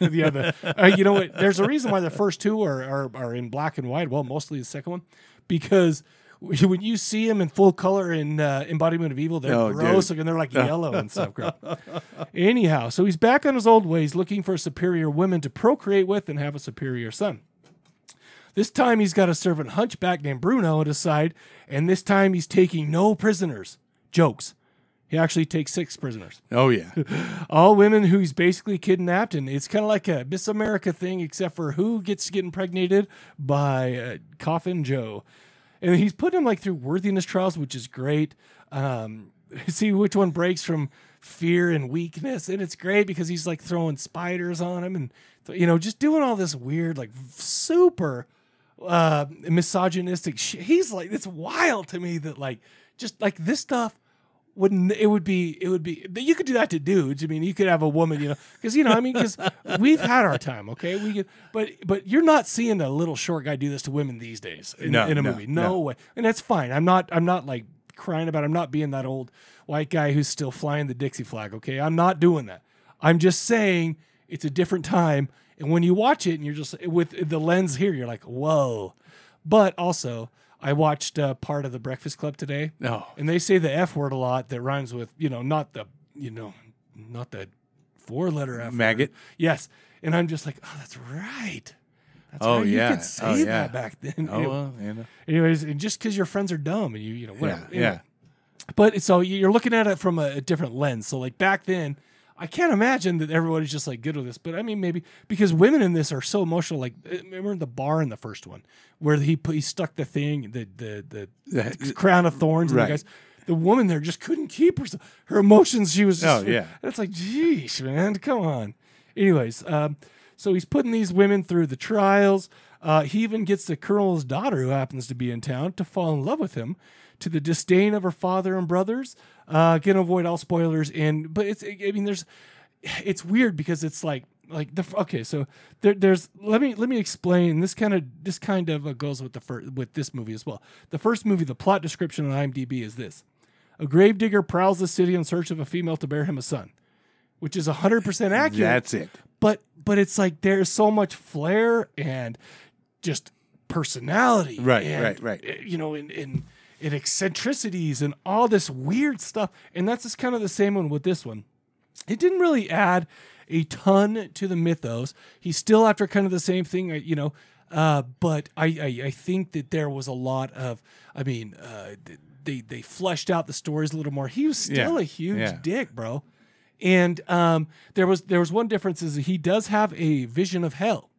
yeah, the, uh, you know what? There's a reason why the first two are, are are in black and white. Well, mostly the second one, because when you see them in full color in uh, Embodiment of Evil, they're
Oh,
gross
dude.
looking. They're like yellow and stuff. Gross. Anyhow, so he's back on his old ways, looking for superior women to procreate with and have a superior son. This time he's got a servant hunchback named Bruno at his side, and this time he's taking no prisoners. Jokes. He actually takes six prisoners
Oh yeah.
all women who he's basically kidnapped, and it's kind of like a Miss America thing, except for who gets to get impregnated by uh, Coffin Joe, and he's putting him like through worthiness trials, which is great. Um, see which one breaks from fear and weakness, and it's great because he's like throwing spiders on him, and th- you know, just doing all this weird, like super uh misogynistic shit. He's like, it's wild to me that like just like this stuff wouldn't it would be it would be you could do that to dudes. I mean, you could have a woman, you know, because you know, I mean, because we've had our time, okay? We could, but but you're not seeing a little short guy do this to women these days in,
No,
in a
no,
movie. No,
no.
way, and that's fine. I'm not I'm not like crying about. it. I'm not being that old white guy who's still flying the Dixie flag. Okay, I'm not doing that. I'm just saying it's a different time, and when you watch it, and you're just with the lens here, you're like, whoa. But also, I watched uh, part of the Breakfast Club today.
No.
And they say the F word a lot that rhymes with, you know, not the, you know, not the four letter F. word.
Maggot.
Yes. And I'm just like, oh, that's right. That's
Oh,
right.
yeah.
You could say
Oh, yeah.
that back then.
Oh well, you know.
Anyways, and just because your friends are dumb and you, you know,
Yeah.
whatever. Anyway.
Yeah.
But so you're looking at it from a, a different lens. So like back then, I can't imagine that everybody's just like good with this. But I mean, maybe because women in this are so emotional. Like uh, remember in the bar in the first one where he put, he stuck the thing the the the,
The-
crown of thorns. in
Right.
the guys, the woman there just couldn't keep herself. Her emotions. She was. Just,
Oh, yeah.
That's like, geez, man, come on. Anyways, um, so he's putting these women through the trials. Uh, he even gets the colonel's daughter, who happens to be in town, to fall in love with him, to the disdain of her father and brothers. Uh, gonna avoid all spoilers. And but it's, I mean, there's, it's weird because it's like, like the okay, so there, there's let me let me explain. This kind of this kind of uh, goes with the first with this movie as well. The first movie, the plot description on IMDb is this: a gravedigger prowls the city in search of a female to bear him a son, which is 100% accurate.
That's it.
but but it's like there's so much flair and just personality.
Right,
and,
right, right.
uh, You know, in in in eccentricities and all this weird stuff. And that's just kind of the same one with this one. It didn't really add a ton to the mythos. He's still after kind of the same thing, uh, you know. Uh, but I, I, I think that there was a lot of, I mean, uh, th- they they fleshed out the stories a little more. He was still
Yeah.
a huge
Yeah.
dick, bro. And um, there was there was one difference is that he does have a vision of hell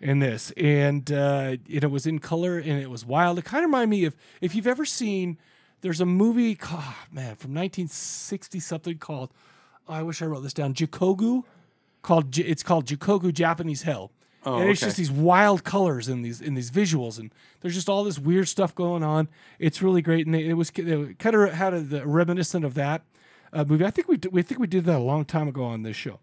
in this, and uh, and it was in color and it was wild. It kind of reminded me of if you've ever seen. There's a movie, God, man, from 1960 something called. oh, I wish I wrote this down. Jikogu, called J- it's called Jikogu Japanese Hell.
Oh,
and it's
okay.
just these wild colors in these in these visuals, and there's just all this weird stuff going on. It's really great, and it was kind of had a, the reminiscent of that uh, movie. I think we did, we think we did that a long time ago on this show,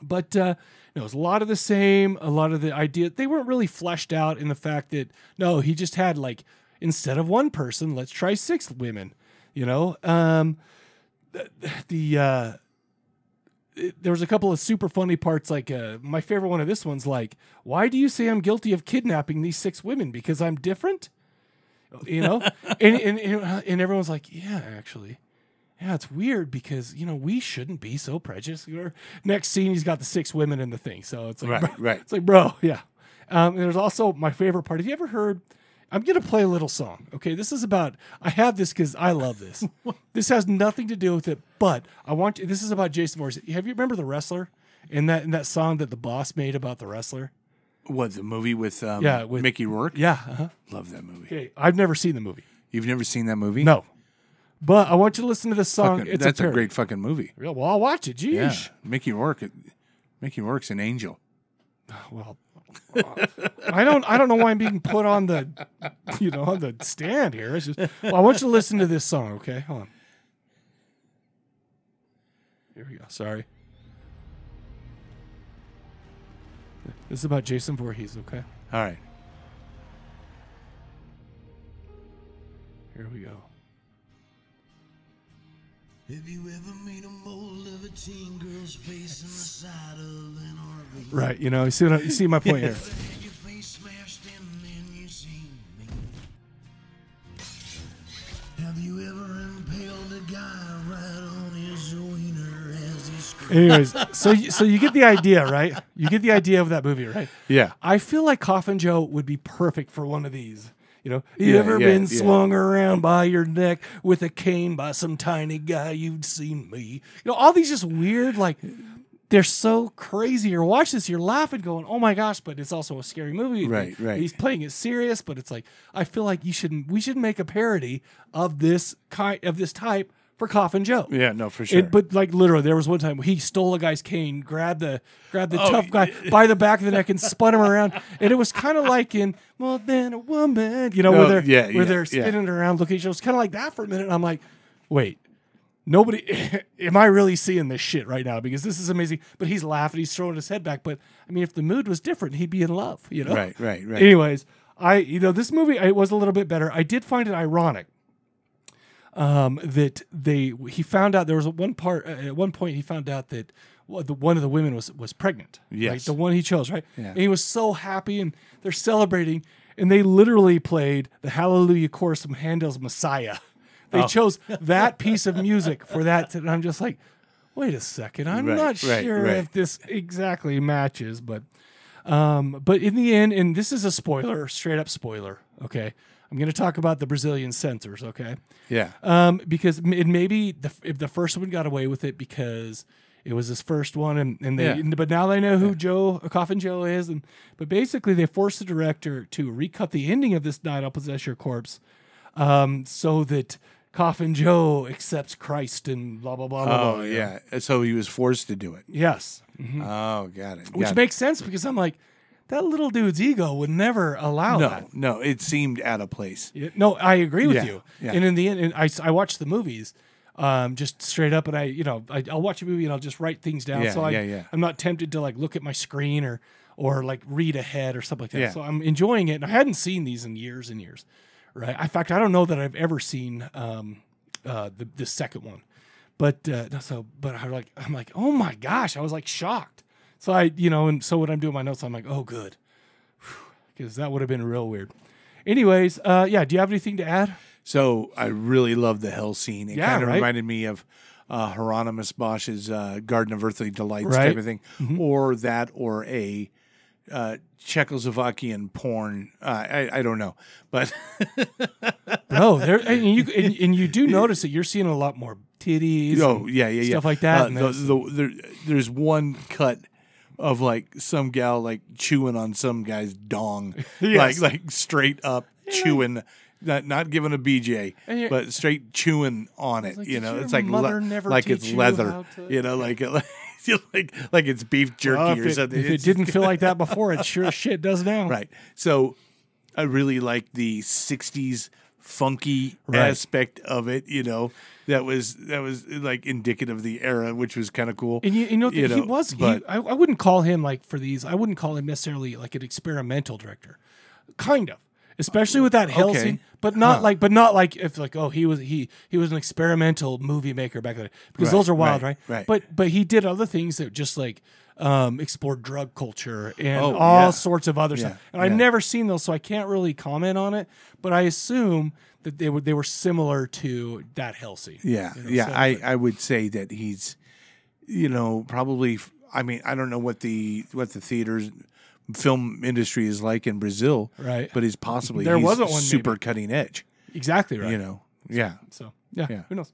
but uh, no, it was a lot of the same. A lot of the idea they weren't really fleshed out in the fact that no, he just had like instead of one person, let's try six women. You know, um, th- the uh, it- there was a couple of super funny parts. Like uh, my favorite one of this one's like, "Why do you say I'm guilty of kidnapping these six women? Because I'm different." You know, and, and and and everyone's like, "Yeah, actually, yeah, it's weird because you know we shouldn't be so prejudiced." Or next scene, he's got the six women in the thing, so it's like,
Right,
bro,
right.
it's like, bro, yeah. Um, and there's also my favorite part. Have you ever heard? I'm gonna play a little song. Okay, this is about. I have this because I love this. this has nothing to do with it, but I want. You, this is about Jason Morris. Have you remember the wrestler and that and that song that the boss made about the wrestler?
What the movie with um,
Yeah, with-
Mickey Rourke?
Yeah. Uh-huh.
love that movie.
Okay, I've never seen the movie.
You've never seen that movie?
No, but I want you to listen to this song.
Fucking-
it's
that's a,
parody.
great fucking movie.
Yeah, well, I'll watch it. Jeez.
Yeah, Mickey Rourke. Mickey Rourke's an angel.
Well, I don't. I don't know why I'm being put on the, you know, on the stand here. It's just. Well, I want you to listen to this song. Okay, hold on. Here we go. Sorry. This is about Jason Voorhees. Okay.
All right.
Here we go.
Have you ever made a mold of a teen girl's face in the side of an RV?
Right. You know. You see. What I, you see my point here.
Had your face smashed and then you seen me. Have you ever impaled a guy right on his wiener as he screamed?
Anyways, so you, so you get the idea, right? You get the idea of that movie, right?
Yeah.
I feel like Coffin Joe would be perfect for one of these. You know, you
Yeah,
ever
yeah,
been
yeah.
swung around by your neck with a cane by some tiny guy? You've seen me. You know, all these just weird, like they're so crazy. You're watching this, you're laughing, going, "Oh my gosh!" But it's also a scary movie.
Right, right.
He's playing it serious, but it's like I feel like you should we should make a parody of this kind of this type for Coffin Joe.
Yeah. No, for sure.
It, but like literally, there was one time he stole a guy's cane, grabbed the grabbed the
Oh,
tough guy by the back of the neck and spun him around, and it was kind of like in more than a woman, you know,
No,
where they're
Oh, yeah,
where
yeah,
they're
yeah.
spinning around looking. at each other. It was kind of like that for a minute. And I'm like, wait, nobody, am I really seeing this shit right now? Because this is amazing. But he's laughing, he's throwing his head back. But I mean, if the mood was different, he'd be in love, you know?
right. Right. Right.
Anyways, I you know this movie it was a little bit better. I did find it ironic um, that they he found out there was one part uh, at one point he found out that well, the, one of the women was was pregnant.
Yes.
right? the one he chose. Right,
Yeah.
and he was so happy, and they're celebrating, and they literally played the Hallelujah chorus from Handel's Messiah. They
Oh.
chose that piece of music for that, and I'm just like, wait a second, I'm
Right,
not
right,
sure
right.
if this exactly matches, but um, but in the end, and this is a spoiler, straight up spoiler. Okay, I'm going to talk about the Brazilian censors. Okay,
Yeah.
um, because m- it maybe the, f- if the first one got away with it because it was his first one, and, and they
Yeah.
but now they know who Joe uh, Coffin Joe is, and but basically they forced the director to recut the ending of this night. I'll possess your corpse, um, so that Coffin Joe accepts Christ and blah blah blah. blah,
Oh
blah, you know?
yeah. So he was forced to do it.
yes,
Oh, got it.
Mm-hmm. which
got
makes sense because I'm like that little dude's ego would never allow
it.
that.
no, no. It seemed out of place.
Yeah, no, I agree with
Yeah,
you.
yeah.
And in the end, and I, s- I watch the movies um, just straight up, and I, you know, I, I'll watch a movie and I'll just write things down.
Yeah,
so I,
yeah, yeah.
I'm not tempted to like look at my screen or, or like read ahead or something like that.
Yeah.
So I'm enjoying it. And I hadn't seen these in years and years, right? In fact, I don't know that I've ever seen um, uh, the, the second one. But uh, no, so, but I'm like, I'm like, oh my gosh, I was like shocked. So I, you know, and so when I'm doing my notes, I'm like, oh, good. Because that would have been real weird. Anyways, uh, yeah. Do you have anything to add?
So I really love the hell scene. It
Yeah,
kind of
right?
reminded me of uh, Hieronymus Bosch's uh, Garden of Earthly Delights
Right. Mm-hmm.
type of thing, or that, or a uh, Czechoslovakian porn. Uh, I I don't know, but
No, there and you and, and you do notice that you're seeing a lot more titties.
oh
and
yeah, yeah, yeah,
stuff like that.
Uh,
and
the, the, there, there's one cut of like some gal like chewing on some guy's dong,
Yes.
like like straight up chewing. Not, not giving a BJ,
And you-
but straight chewing on it.
like,
you
did
know,
your
it's like
mother never
like it's
teach you how
leather.
to-
You know, like it, like like like it's beef jerky
Well,
or
if, it,
something.
if it
It's-
didn't feel like that before, it sure as shit does now.
Right. So I really like the '60s funky
Right.
aspect of it. You know, that was that was like indicative of the era, which was kind of cool.
And you, you know,
You
he
know,
was. he-
but-
I, I wouldn't call him like for these. I wouldn't call him necessarily like an experimental director, kind of, especially with that Hell
Okay.
scene. But not
Huh.
like, but not like if like oh he was he he was an experimental movie maker back then because
Right,
those are wild, right,
right, right.
But but he did other things that just like um explored drug culture and
Oh,
all
yeah.
sorts of other stuff.
Yeah,
And I've
yeah.
never seen those, so I can't really comment on it. But I assume that they were they were similar to that Hell scene.
yeah,
you know,
yeah.
so-
I I would say that he's, you know, probably. f- I mean, I don't know what the what the theaters film industry is like in Brazil,
Right.
But he's possibly
There
he's
wasn't one,
super cutting edge.
exactly right.
You know, yeah.
So yeah,
Yeah.
who knows?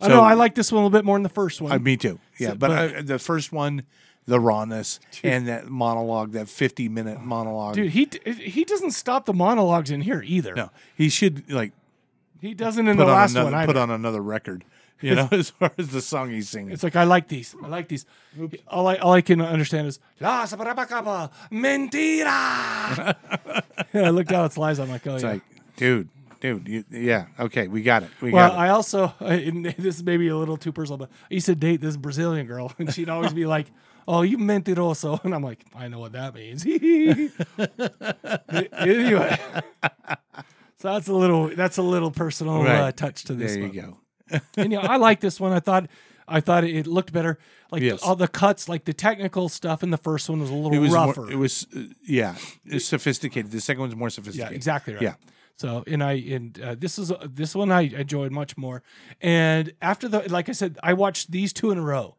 I
So-
know I like this one a little bit more than the first one.
Uh, me too. Yeah,
So-
but,
but-
I, the first one, the rawness and that monologue, that fifty minute monologue.
Dude, he d- he doesn't stop the monologues in here either.
no, he should like
He doesn't in
put
the
on
last
another
one.
put
either.
on another record. You know, as far as the song he's singing.
It's like I like these. I like these. All I all I can understand is Las Brabacaba Mentira. and I look down at lies. I'm like, oh
It's
yeah.
like, dude, dude, you, yeah, okay, we got it, we
well,
got
I also and this may be a little too personal, but I used to date this Brazilian girl, and she'd always be like, "Oh, you mentiroso," and I'm like, "I know what that means." anyway, so that's a little that's a little personal
it. Right.
uh, touch to this.
There
one.
you go.
And yeah, I like this one. I thought I thought it looked better. Like
Yes.
all the cuts, like the technical stuff in the first one was a little
It was more-
rougher.
it was uh, yeah, it's sophisticated. The second one's more sophisticated.
Yeah, exactly right.
Yeah.
So and I and uh, this is this one I enjoyed much more. And after the like I said, I watched these two in a row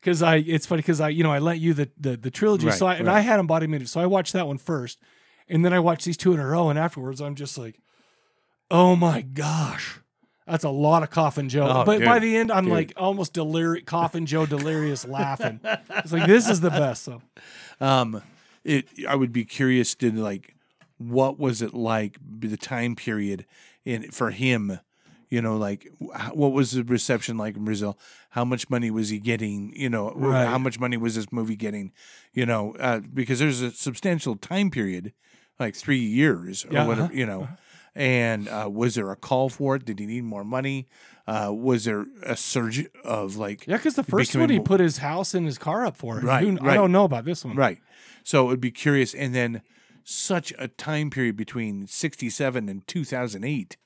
because I it's funny because I you know I lent you the the, the trilogy, so I,
Right,
and I had embodiment, so I watched that one first, and then I watched these two in a row, and afterwards I'm just like, oh my gosh. That's a lot of Coffin Joe.
Oh,
but by
dude,
the end, I'm
dude.
like almost delirious, Coffin Joe delirious laughing. It's like, this is the best. So,
Um, it. I would be curious to like, what was it like b- the time period in for him? You know, like wh- how- what was the reception like in Brazil? How much money was he getting? You know, wh-
Right.
how much money was this movie getting? You know, uh, because there's a substantial time period, like three years or
Yeah,
whatever.
uh-huh,
You know. And uh, was there a call for it? Did he need more money? Uh, was there a surge of like
yeah, because the first
Becoming
one, he
more-
put his house and his car up for.
Right,
Who- I
right.
don't know about this one.
Right. So it'd be curious. And then such a time period between 67 and 2008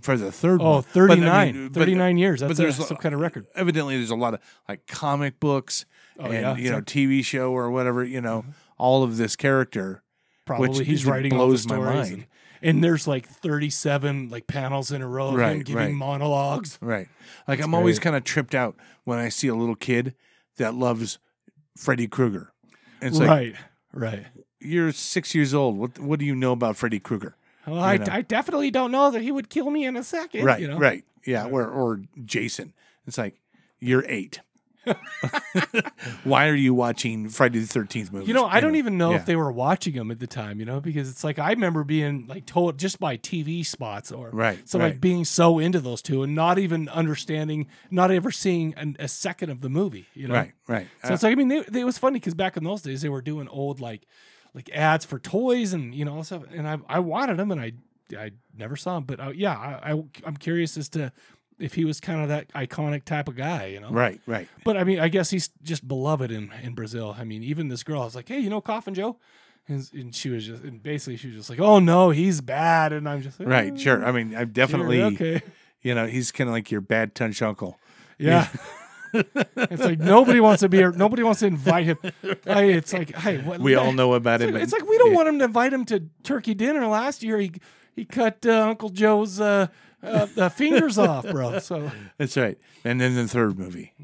for the third one.
Oh,
But, I mean,
39,
but-
39 years. That's
but
a-
there's
some kind of record. Oh,
Evidently, there's a lot of like comic books and,
yeah, Mm-hmm.
you know,
sure.
TV show or whatever, you know, all of this character.
Probably
which
he's
it
writing all the
blows my
stories.
mind.
And, and there's like 37 like panels in a row of him
Right,
giving
right.
monologues.
Right. Like I'm always kind of tripped out when I see a little kid that loves Freddy Krueger. And it's like,
right, right.
you're six years old. What, what do you know about Freddy Krueger?
Well, I,
know.
I definitely don't know that he would kill me in a second.
right,
you know?
right, yeah, or or Jason. It's like you're eight. Why are you watching Friday the Thirteenth movie?
You know, I don't even know
yeah.
if they were watching him at the time, you know, because it's like I remember being like told just by TV spots or
Right,
So like
right.
being so into those two and not even understanding, not ever seeing an, a second of the movie, you know.
Right, right. Uh,
So it's like I mean, they, they, it was funny because back in those days they were doing old like like ads for toys and you know all stuff, and I I wanted them and I I never saw them, but uh, yeah, I, I I'm curious as to if he was kind of that iconic type of guy, you know.
right, right.
But I mean, I guess he's just beloved in in Brazil. I mean, even this girl, I was like, hey, you know, Coffin Joe. And, and she was just, and basically she was just like, "Oh no, he's bad," and I'm just like, "Mm,
Right, sure. I mean, I'm definitely,
"Uh, okay,
you know, he's kind of like your bad tunch uncle.
yeah. it's like nobody wants to be, here. nobody wants to invite him. I, it's like, hey, what,
We all know about
It's
him.
like,
but-
it's like we don't
yeah,
want him to invite him to turkey dinner. Last year, he he cut uh, Uncle Joe's uh, uh, uh, fingers off, bro. So
That's right. And then the third movie.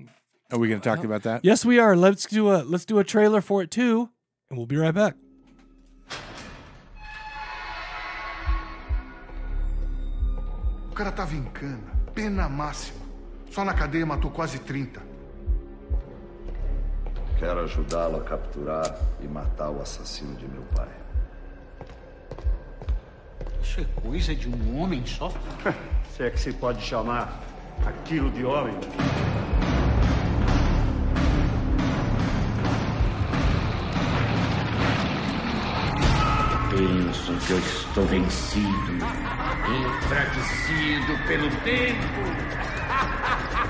Are we going to talk about that?
yes, we are. Let's do a let's do a trailer for it too, and we'll be right back.
O cara tava em cana, pena máxima. Só na cadeia matou quase 30.
Quero ajudá-lo a capturar e matar o assassino de meu pai.
Isso é coisa de um homem só?
Se é que se pode chamar aquilo de homem.
Penso que eu estou vencido, enfraquecido pelo tempo.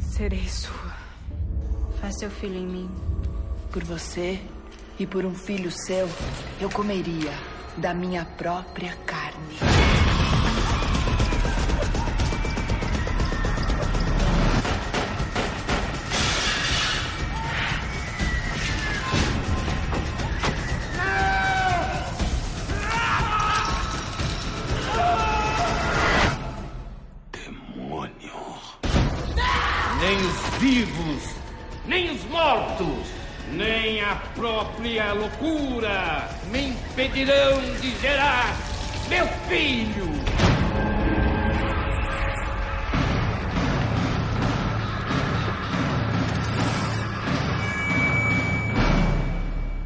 Serei sua. Faz seu filho em mim. Por você e por um filho seu, eu comeria da minha própria carne.
Nem os vivos, nem os mortos, nem a própria loucura me impedirão de gerar meu filho.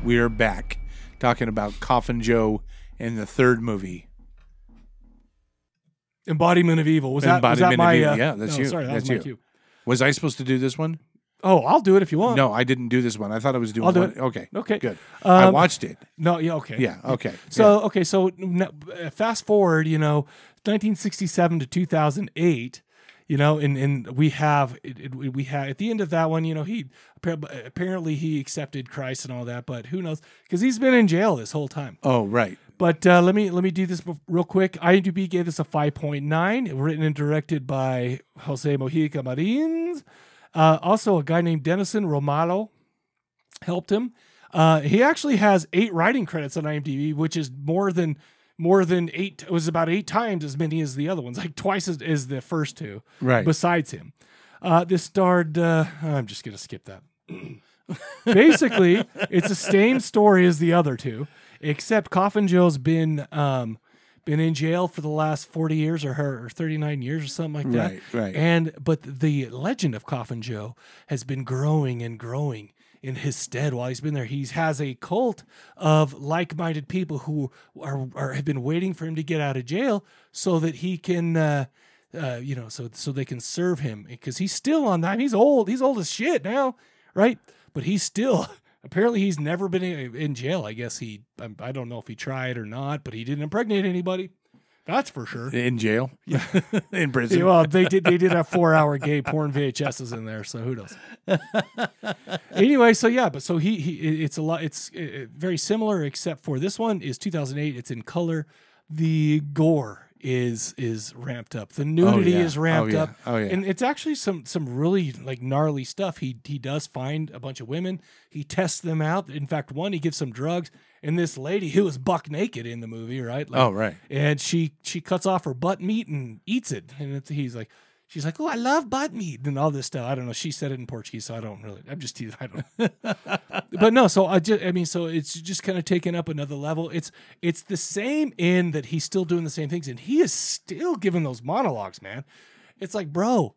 We are back talking about Coffin Joe and the third movie.
Embodiment of evil was that? was that
Embodiment of
my?
Evil.
uh,
yeah, that's
no,
you.
Sorry, that
that's
was my
you.
cue.
Was I supposed to do this one?
Oh, I'll do it if you want.
No, I didn't do this one. I thought I was doing
I'll do
one.
it.
Okay.
Okay.
Good. I
Um,
watched it.
No, yeah, okay.
Yeah. Okay.
So okay, so n- uh, fast forward, you know, 1967 to 2008, you know, and and we have it, it, we have at the end of that one, you know, he appar- apparently he accepted Christ and all that, but who knows? Because he's been in jail this whole time.
Yeah. Oh, right.
But uh, let me let me do this bef- real quick. IMDb gave this a 5.9, written and directed by Jose Mojica Marins. Uh, also, a guy named Denison Romano helped him. Uh, he actually has eight writing credits on IMDb, which is more than more than eight. It was about eight times as many as the other ones, like twice as, as the first two.
Right.
Besides him, uh, this starred. Uh, I'm just gonna skip that. Basically, it's the same story as the other two, except Coffin Joe's been um, been in jail for the last 40 years or her or 39 years or something like that.
Right, right.
And but the legend of Coffin Joe has been growing and growing in his stead while he's been there. He has a cult of like-minded people who are, are have been waiting for him to get out of jail so that he can uh, uh, you know, so so they can serve him because he's still on that. He's old. He's old as shit now, right? But he's still apparently he's never been in, in jail. I guess he I, I don't know if he tried or not, but he didn't impregnate anybody. That's for sure.
In jail. Yeah. in prison.
Yeah, well, they did. They did have four hour gay porn VHSs in there, so who knows? anyway, so yeah, but so he, he it- it's a lot. It's uh, very similar, except for this one is 2008. It's in color. The gore is is ramped up. The nudity
yeah.
is ramped
Oh, yeah.
up.
Oh, yeah.
And it's actually some some really like gnarly stuff. He he does find a bunch of women. He tests them out. In fact, one he gives some drugs. And this lady who was buck naked in the movie, right? Like,
Oh, right.
and she she cuts off her butt meat and eats it. And it's, he's like, she's like, oh, I love butt meat and all this stuff. I don't know. She said it in Portuguese, so I don't really. I'm just teasing. I don't. but no, so I just I mean, so it's just kind of taken up another level. It's it's the same in that he's still doing the same things, and he is still giving those monologues, man. It's like, bro.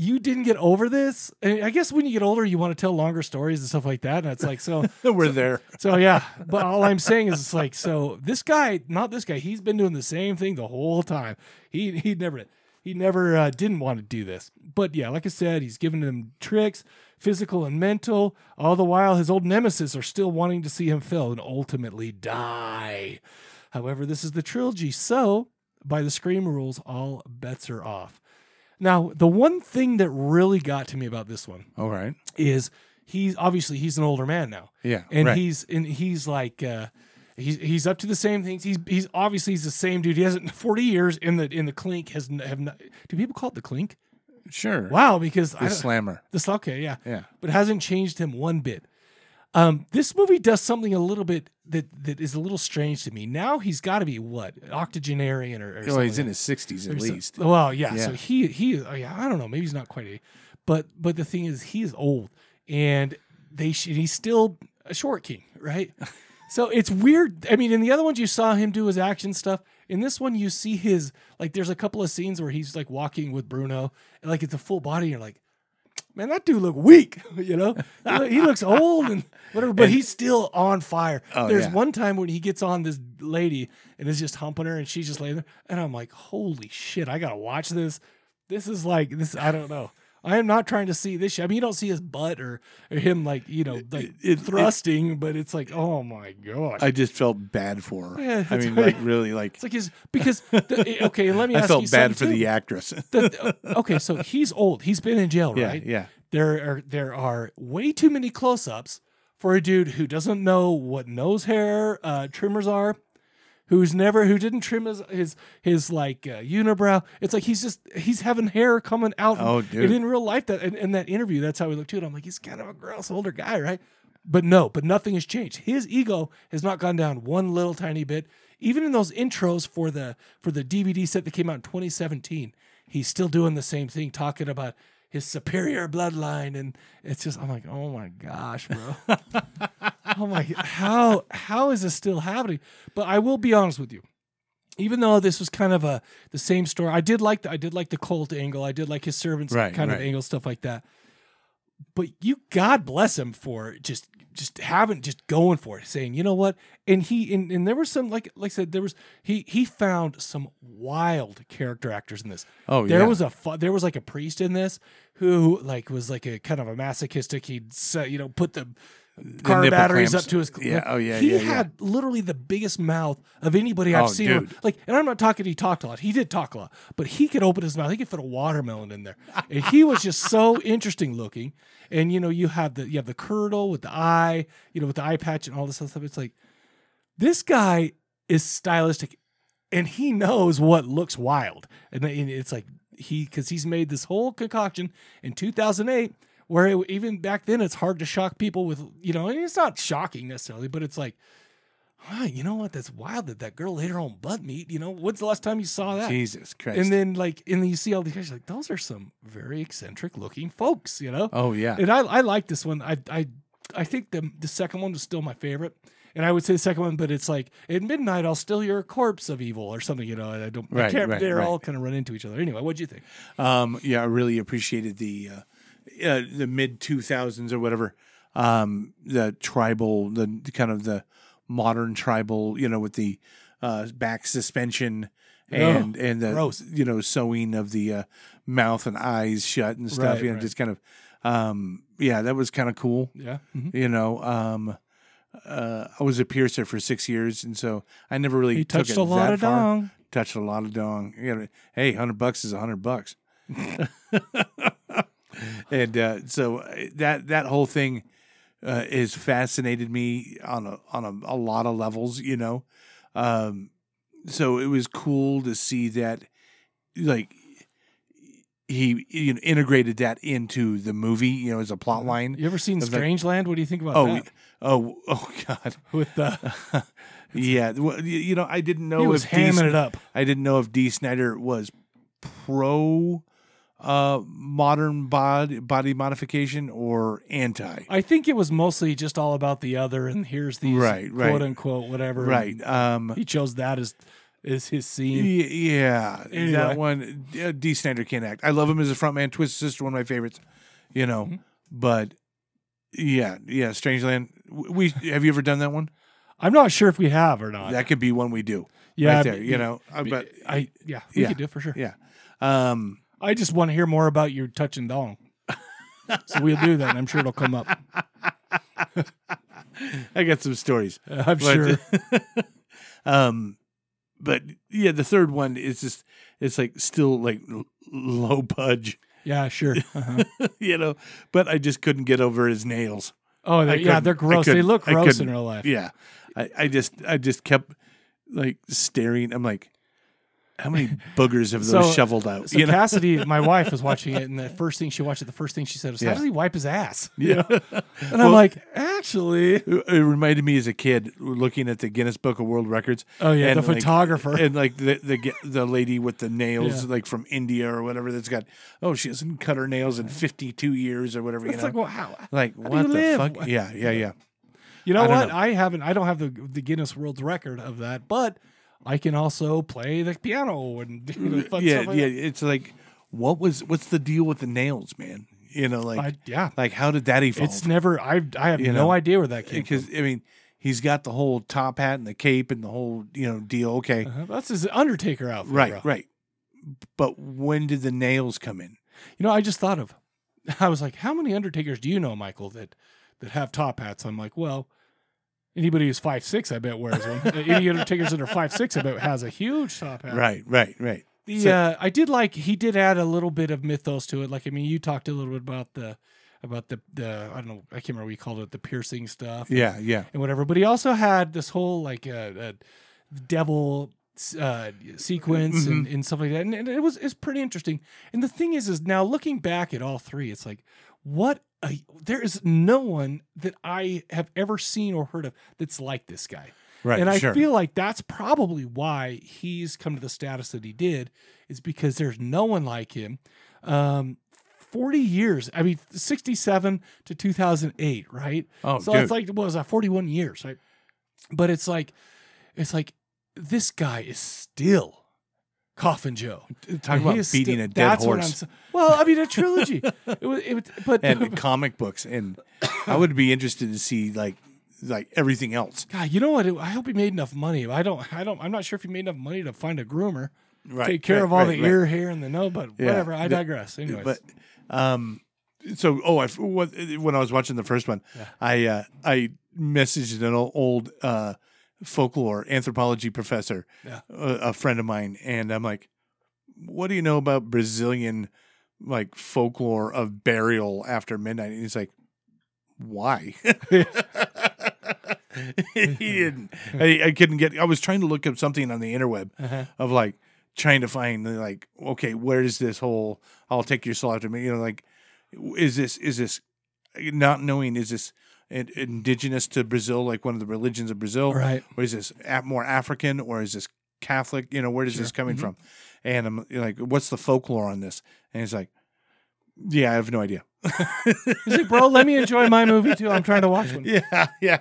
You didn't get over this, and I guess when you get older, you want to tell longer stories and stuff like that. And it's like, so
We're there.
so yeah, but all I'm saying is it's like so this guy, not this guy, he's been doing the same thing the whole time. He he never he never uh, didn't want to do this. But yeah, like I said, he's giving them tricks, physical and mental. All the while his old nemesis are still wanting to see him fail and ultimately die. However, this is the trilogy, so by the scream rules, all bets are off. Now, the one thing that really got to me about this one
All right.
is he's obviously he's an older man now
Yeah.
and
right.
he's and he's like uh he's he's up to the same things he's he's obviously he's the same dude he hasn't 40 years in the in the clink has n- have not do people call it the clink
sure.
wow because I
The
don't-
slammer.
the sl- okay yeah
Yeah.
but it hasn't changed him one bit Um, this movie does something a little bit that that is a little strange to me. Now he's got to be what octogenarian or, or
Well,
something
Oh, he's in
like
his 60s at
Or so-
least.
well, yeah. So
Yeah.
he he oh, yeah. I don't know. Maybe he's not quite a, but but the thing is, he is old, and they sh- he's still a short king, right? so it's weird. I mean, in the other ones you saw him do his action stuff. In this one, you see his like. There's a couple of scenes where he's like walking with Bruno, and like it's a full body. And you're like, man, that dude look weak. You know, He look- he looks old and whatever, but
And-
he's still on fire.
Oh,
There's
yeah.
one time when he gets on this lady and is just humping her, and she's just laying there, and I'm like, holy shit, I gotta watch this. This is like this. I don't know. I am not trying to see this. shit. I mean, you don't see his butt or, or him like you know like thrusting, but it's like, oh my god.
I just felt bad for her.
Yeah,
I
that's
mean,
right.
like really, like
it's like his because the, eh, okay. Let me.
I
ask
felt
you
bad
something,
for the
too.
actress.
The- okay, so he's old. He's been in jail,
Yeah,
right?
yeah.
There are there are way too many close-ups for a dude who doesn't know what nose hair uh, trimmers are, who's never who didn't trim his his, his like uh, unibrow. It's like he's just he's having hair coming out.
Oh,
And
dude.
in real life, that in, in that interview, that's how he looked too. And I'm like, he's kind of a gross older guy, right? But no, but nothing has changed. His ego has not gone down one little tiny bit. Even in those intros for the for the DVD set that came out in 2017, he's still doing the same thing, talking about his superior bloodline, and it's just I'm like, oh my gosh, bro, oh my, how how is this still happening? But I will be honest with you even though this was kind of a the same story, I did like the I did like the cult angle. I did like his servants
Right,
kind of
right.
angle stuff like that. But you, God bless him for just just having just going for it, saying you know what, and he and, and there was some like like I said there was he he found some wild character actors in this.
Oh,
there
yeah.
was a fu- there was like a priest in this who like was like a kind of a masochistic. He'd set, you know put the car
nipple
batteries
clamps.
up to his
Yeah, oh, yeah,
he
yeah, yeah.
had literally the biggest mouth of anybody I've
Oh,
seen. him-
dude.
Like, and I'm not talking he talked a lot. He did talk a lot, but he could open his mouth. He could fit a watermelon in there. And he was just so interesting looking. And you know, you have the you have the curdle with the eye, you know, with the eye patch and all this other stuff. It's like this guy is stylistic and he knows what looks wild. And then it's like he because he's made this whole concoction in 2008, where it, even back then it's hard to shock people with you know, and it's not shocking necessarily, but it's like, huh, you know what? That's wild that that girl ate her own butt meat. You know, when's the last time you saw that?
Jesus Christ.
And then like, and then you see all these guys you're like those are some very eccentric looking folks. You know?
Oh, yeah.
And I I like this one. I I I think the the second one was still my favorite. And I would say the second one, but it's like at midnight I'll steal your corpse of evil or something. You know, and I don't. I
Right,
can't,
right,
they're
right.
all kind of run into each other. Anyway, what'd you think?
Um, yeah, I really appreciated the uh, uh, the mid two thousands or whatever. Um, the tribal, the the kind of the modern tribal, you know, with the uh, back suspension and
Ugh,
and the
Oh, gross.
you know sewing of the uh, mouth and eyes shut and stuff.
Right,
you know,
right.
just kind of um, yeah, that was kind of cool.
Yeah. Mhm.
you know. Um, uh, I was a piercer for six years, and so I never really
He
took
touched
it
a lot
that
of
far.
dong.
Touched a lot of dong. You know, hey, hundred bucks is hundred bucks. and uh, so uh, that that whole thing uh, has fascinated me on a, on a, a lot of levels, you know. Um, so it was cool to see that, like he you know, integrated that into the movie, you know, as a plot line.
Mm-hmm. You ever seen
Of that-
Strangeland? What do you think about
oh,
that?
oh, oh, God!
With the
yeah, well, you- you know, I didn't know
He was
if D.
hamming
Sn-
it up.
I didn't know if D. Snyder was pro uh, modern body body modification or anti.
I think it was mostly just all about the other, and here's these
Right, right.
quote unquote whatever.
Right, um,
he chose that as is his
Y-
scene.
Yeah,
Anyway.
that one. uh, D. Snyder can't act. I love him as a frontman. Twisted Sister, one of my favorites. You know,
Mm-hmm.
but yeah, yeah. Strangeland. w- We have you ever done that one?
I'm not sure if we have or not.
That could be one we do.
Yeah,
right there.
but-
You know, uh,
but
but
I- yeah, we could do it for sure.
Yeah. Um,
I just want to hear more about your touch and dong. so we'll do that, and I'm sure it'll come up.
I got some stories.
I'm
sure. um, but yeah, the third one is just it's like still like l- low pudge.
Yeah, sure. Uh-huh.
you know, but I just couldn't get over his nails.
Oh, they're-
I
yeah,
couldn't-
they're
I
gross. They
couldn't-
look
I
gross in
couldn't-
real life.
Yeah, I, I just I just kept like staring. I'm like, How many boogers have those shoveled out?
So
you know?
Cassidy, my wife, was watching it, and the first thing she watched, it, the first thing she said was, "How
Yeah.
does he wipe his ass?"
Yeah.
You know? and I'm
Well,
like, actually,
it it reminded me as a kid looking at the Guinness Book of World Records.
Oh, yeah, the
like-
photographer.
and like the the ge- the lady with the nails,
Yeah.
like from India or whatever. That's got oh, she hasn't cut her nails in fifty two years or whatever. You
It's
know?
like, well, how-
Like
how do
what
you
the
live?
fuck? Yeah, yeah, yeah.
You know
I don't
what? I haven't. I don't have the the Guinness World Record of that, but I can also play the piano and you know, fun
Mm, yeah,
stuff like
yeah.
that.
It's like what was what's the deal with the nails, man? You know, like
I- yeah.
like how did that evolve?
It's never. I I have
You
no
know?
idea where that came. from.
because I mean he's got the whole top hat and the cape and the whole you know deal. Okay,
Uh-huh. That's his Undertaker outfit,
right,
bro.
right. But when did the nails come in?
You know, I just thought of. I was like, how many Undertakers do you know, Michael, that that have top hats? I'm like, well, anybody who's five six, I bet wears one. Uh, Any Undertakers that are five six, I bet has a huge top hat.
Right, right, right.
The
So-
uh, I did like he did add a little bit of mythos to it. Like I mean, you talked a little bit about the about the the I don't know I can't remember what you called it the piercing stuff.
Yeah, yeah.
and whatever. But he also had this whole like uh, uh, devil uh, sequence and,
Mhm.
and stuff like that, and, and it was it's pretty interesting. And the thing is, is now looking back at all three, it's like what a, there is no one that I have ever seen or heard of that's like this guy.
Right,
and I
sure.
feel like that's probably why he's come to the status that he did, is because there's no one like him. Um, 40 years, I mean, 67 to 2008, right?
Oh,
so
dude.
it's like, what was that, 41 years, right? But it's like, it's like, this guy is still Coffin Joe.
Talk about
He is
beating
still-
a dead
that's what I'm
horse.
s- well, I mean, a trilogy. it was, it was, but
and comic books, and I would be interested to see like like everything else.
God, you know what? I hope he made enough money. I don't. I don't. I'm not sure if he made enough money to find a groomer,
Right,
take care
right,
of all
right,
the
right.
ear, hair, and the no. But
Yeah,
whatever. I
the-
digress. Anyways,
But um, so oh, I f- what- when I was watching the first one, I uh, I messaged an ol- old uh, folklore anthropology professor, uh,
Yeah.
a, a friend of mine, and I'm like, "What do you know about Brazilian like folklore of burial after midnight?" And he's like, "Why?" he didn't. I, I couldn't get. I was trying to look up something on the interweb
Uh-huh.
of like trying to find the, like okay where's this whole i'll take your soul after me you know like is this is this not knowing is this in- indigenous to brazil like one of the religions of brazil
Right.
or is this a- more african or is this catholic you know where is this
Sure.
coming
Mhm.
from and i'm like what's the folklore on this and he's like yeah i have no idea
He's like, bro, let me enjoy my movie too. I'm trying to watch one.
Yeah, yeah.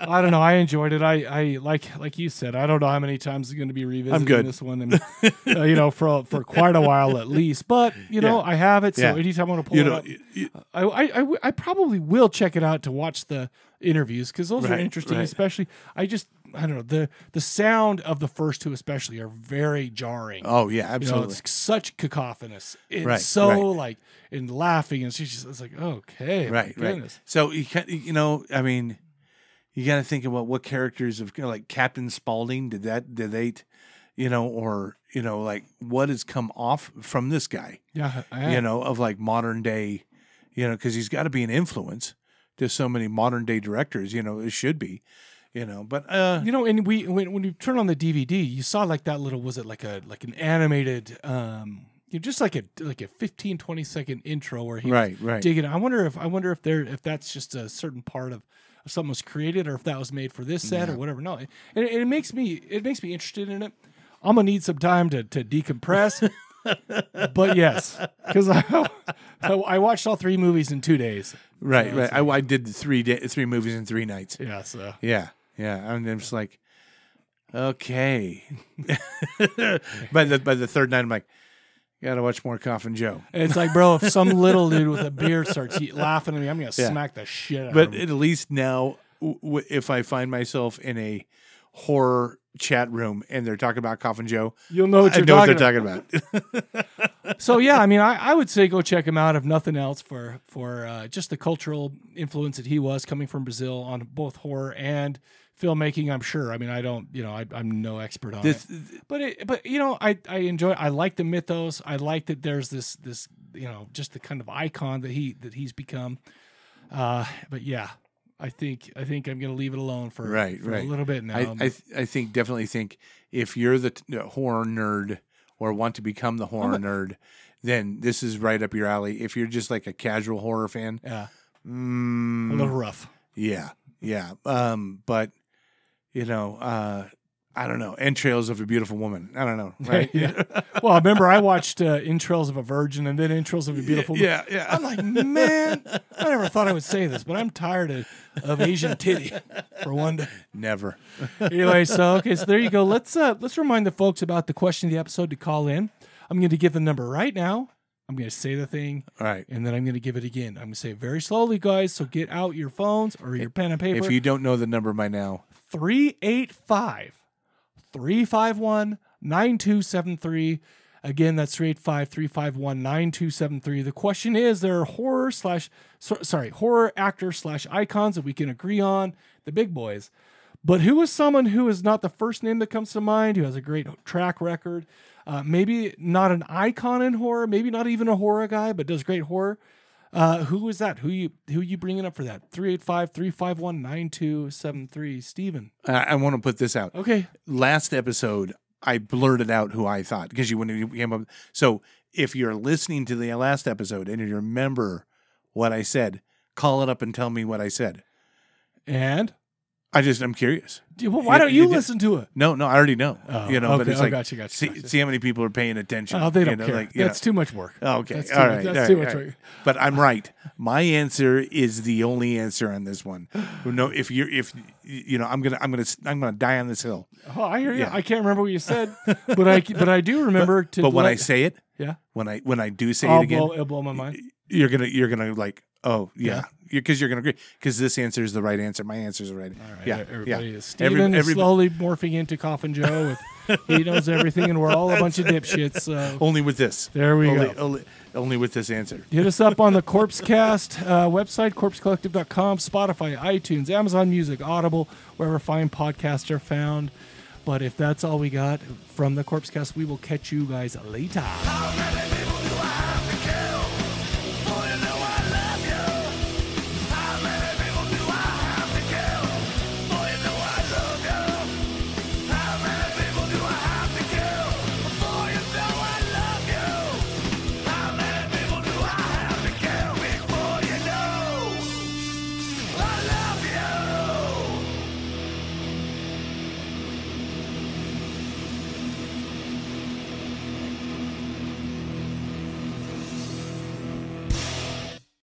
I don't know. I enjoyed it. I, I like like you said. I don't know how many times it's going to be revisiting
good.
this one, and uh, you know for for quite a while at least. But you know,
Yeah.
I have it. So
Yeah.
anytime I want to pull
You
it
know,
up,
y-
I, I, I w- I probably will check it out to watch the interviews because those are
Right,
interesting.
right.
Especially, I just I don't know the the sound of the first two especially are very jarring.
Oh,
You
yeah,
know,
absolutely.
it's such cacophonous. It's
Right,
so
right.
like and laughing, and she's just it's like okay, my
right right
goodness.
so you can you know i mean you got to think about what characters of you know, like captain spaulding did that did they you know or you know like what has come off from this guy
Yeah, I-
you know of like modern day you know because he's got to be an influence to so many modern day directors you know it should be you know but uh
you know, and we when when you turn on the DVD, you saw like that little was it like a like an animated um you know, just like a like a 15 20 second intro where he was
Right, right.
digging. I wonder if I wonder if there if that's just a certain part of of something was created or if that was made for this set or
Yeah.
whatever. No, and it, it makes me it makes me interested in it. I'm gonna need some time to to decompress. but yes, because I, I I watched all three movies in two days.
right
So
right
it's
I, I did three day, three movies in three nights
Yeah, so.
yeah yeah i'm just like okay by the by the third night i'm like gotta watch more coffin joe
It's like, bro, if some little dude with a beard starts he- laughing at me, I'm gonna
Yeah.
smack the shit out
but
of him.
at least now w- w- if i find myself in a horror chat room and they're talking about coffin joe
You'll know what
I
you're
know what
talking
they're talking about
so yeah, I mean, I, I would say go check him out if nothing else for for uh, just the cultural influence that he was coming from Brazil on both horror and filmmaking. I'm sure. I mean, I don't, you know, I, I'm no expert on
This-
it, but it, but you know, I I enjoy. I like the mythos. I like that there's this this you know just the kind of icon that he that he's become. Uh, but yeah, I think I think I'm gonna leave it alone for
right,
for
right.
a little bit now.
I, I, th- I think definitely think if you're the t- uh, horror nerd or want to become the horror nerd, then this is right up your alley. If you're just like a casual horror fan,
yeah,
mm,
A little rough.
Yeah, yeah. Um, but you know, uh, I don't know. Entrails of a beautiful woman. I don't know. Right?
yeah. Well, I remember I watched uh, Entrails of a Virgin and then Entrails of a Beautiful.
yeah, yeah.
I'm like, man, I never thought I would say this, but I'm tired of, of Asian titty for one day.
Never.
anyway, so okay, so there you go. Let's uh let's remind the folks about the question of the episode to call in. I'm going to give the number right now. I'm going to say the thing.
All right.
And then I'm going to give it again. I'm going to say it very slowly, guys. So get out your phones or your pen and paper.
If you don't know the number by now,
385 351 9273. Again, that's 385 351 9273. The question is there are horror slash, so- sorry, horror actor slash icons that we can agree on, the big boys. But who is someone who is not the first name that comes to mind, who has a great track record? Uh, maybe not an icon in horror, maybe not even a horror guy, but does great horror. Uh, who is that? Who you who you bringing up for that? 385-351-9273. Steven.
I, I want to put this out.
Okay.
Last episode, I blurted out who I thought because you wouldn't you came up. So if you're listening to the last episode and you remember what I said, call it up and tell me what I said.
And
I just I'm curious.
Dude, well, why don't you
did-
listen to it?
No, no, I already know.
Oh,
you know, but
okay.
it's
Oh,
like
gotcha, gotcha,
see, see how many people are paying attention.
Oh, they
you
don't
know,
care.
like, you
That's
know.
too much work.
Okay,
That's too
all
much-
right,
that's
all right,
too much
all right.
work.
But I'm right. My answer is the only answer on this one. No, if you're if you know, I'm gonna I'm gonna I'm gonna die on this hill.
Oh, I hear you.
Yeah.
I can't remember what you said, but I but I do Oh, remember
But-
to
But when
let-
I say it,
Yeah.
when I when I do say
I'll
it again,
blow, it'll blow my mind.
you're gonna you're gonna like oh yeah
Yeah.
because you're gonna agree because this answer is the right answer. My answer is the right. All
Right,
yeah,
everybody
yeah.
is. Steven is
Every- every-
slowly morphing into Coffin Joe. With, he knows everything, and we're all a bunch of dipshits. So
only with this.
There we
Only-
go.
Only, only with this answer.
Hit us up on the CorpseCast uh, website, corpsecollective.com, Spotify, iTunes, Amazon Music, Audible, wherever fine podcasts are found. But if that's all we got from the CorpseCast, we will catch you guys later.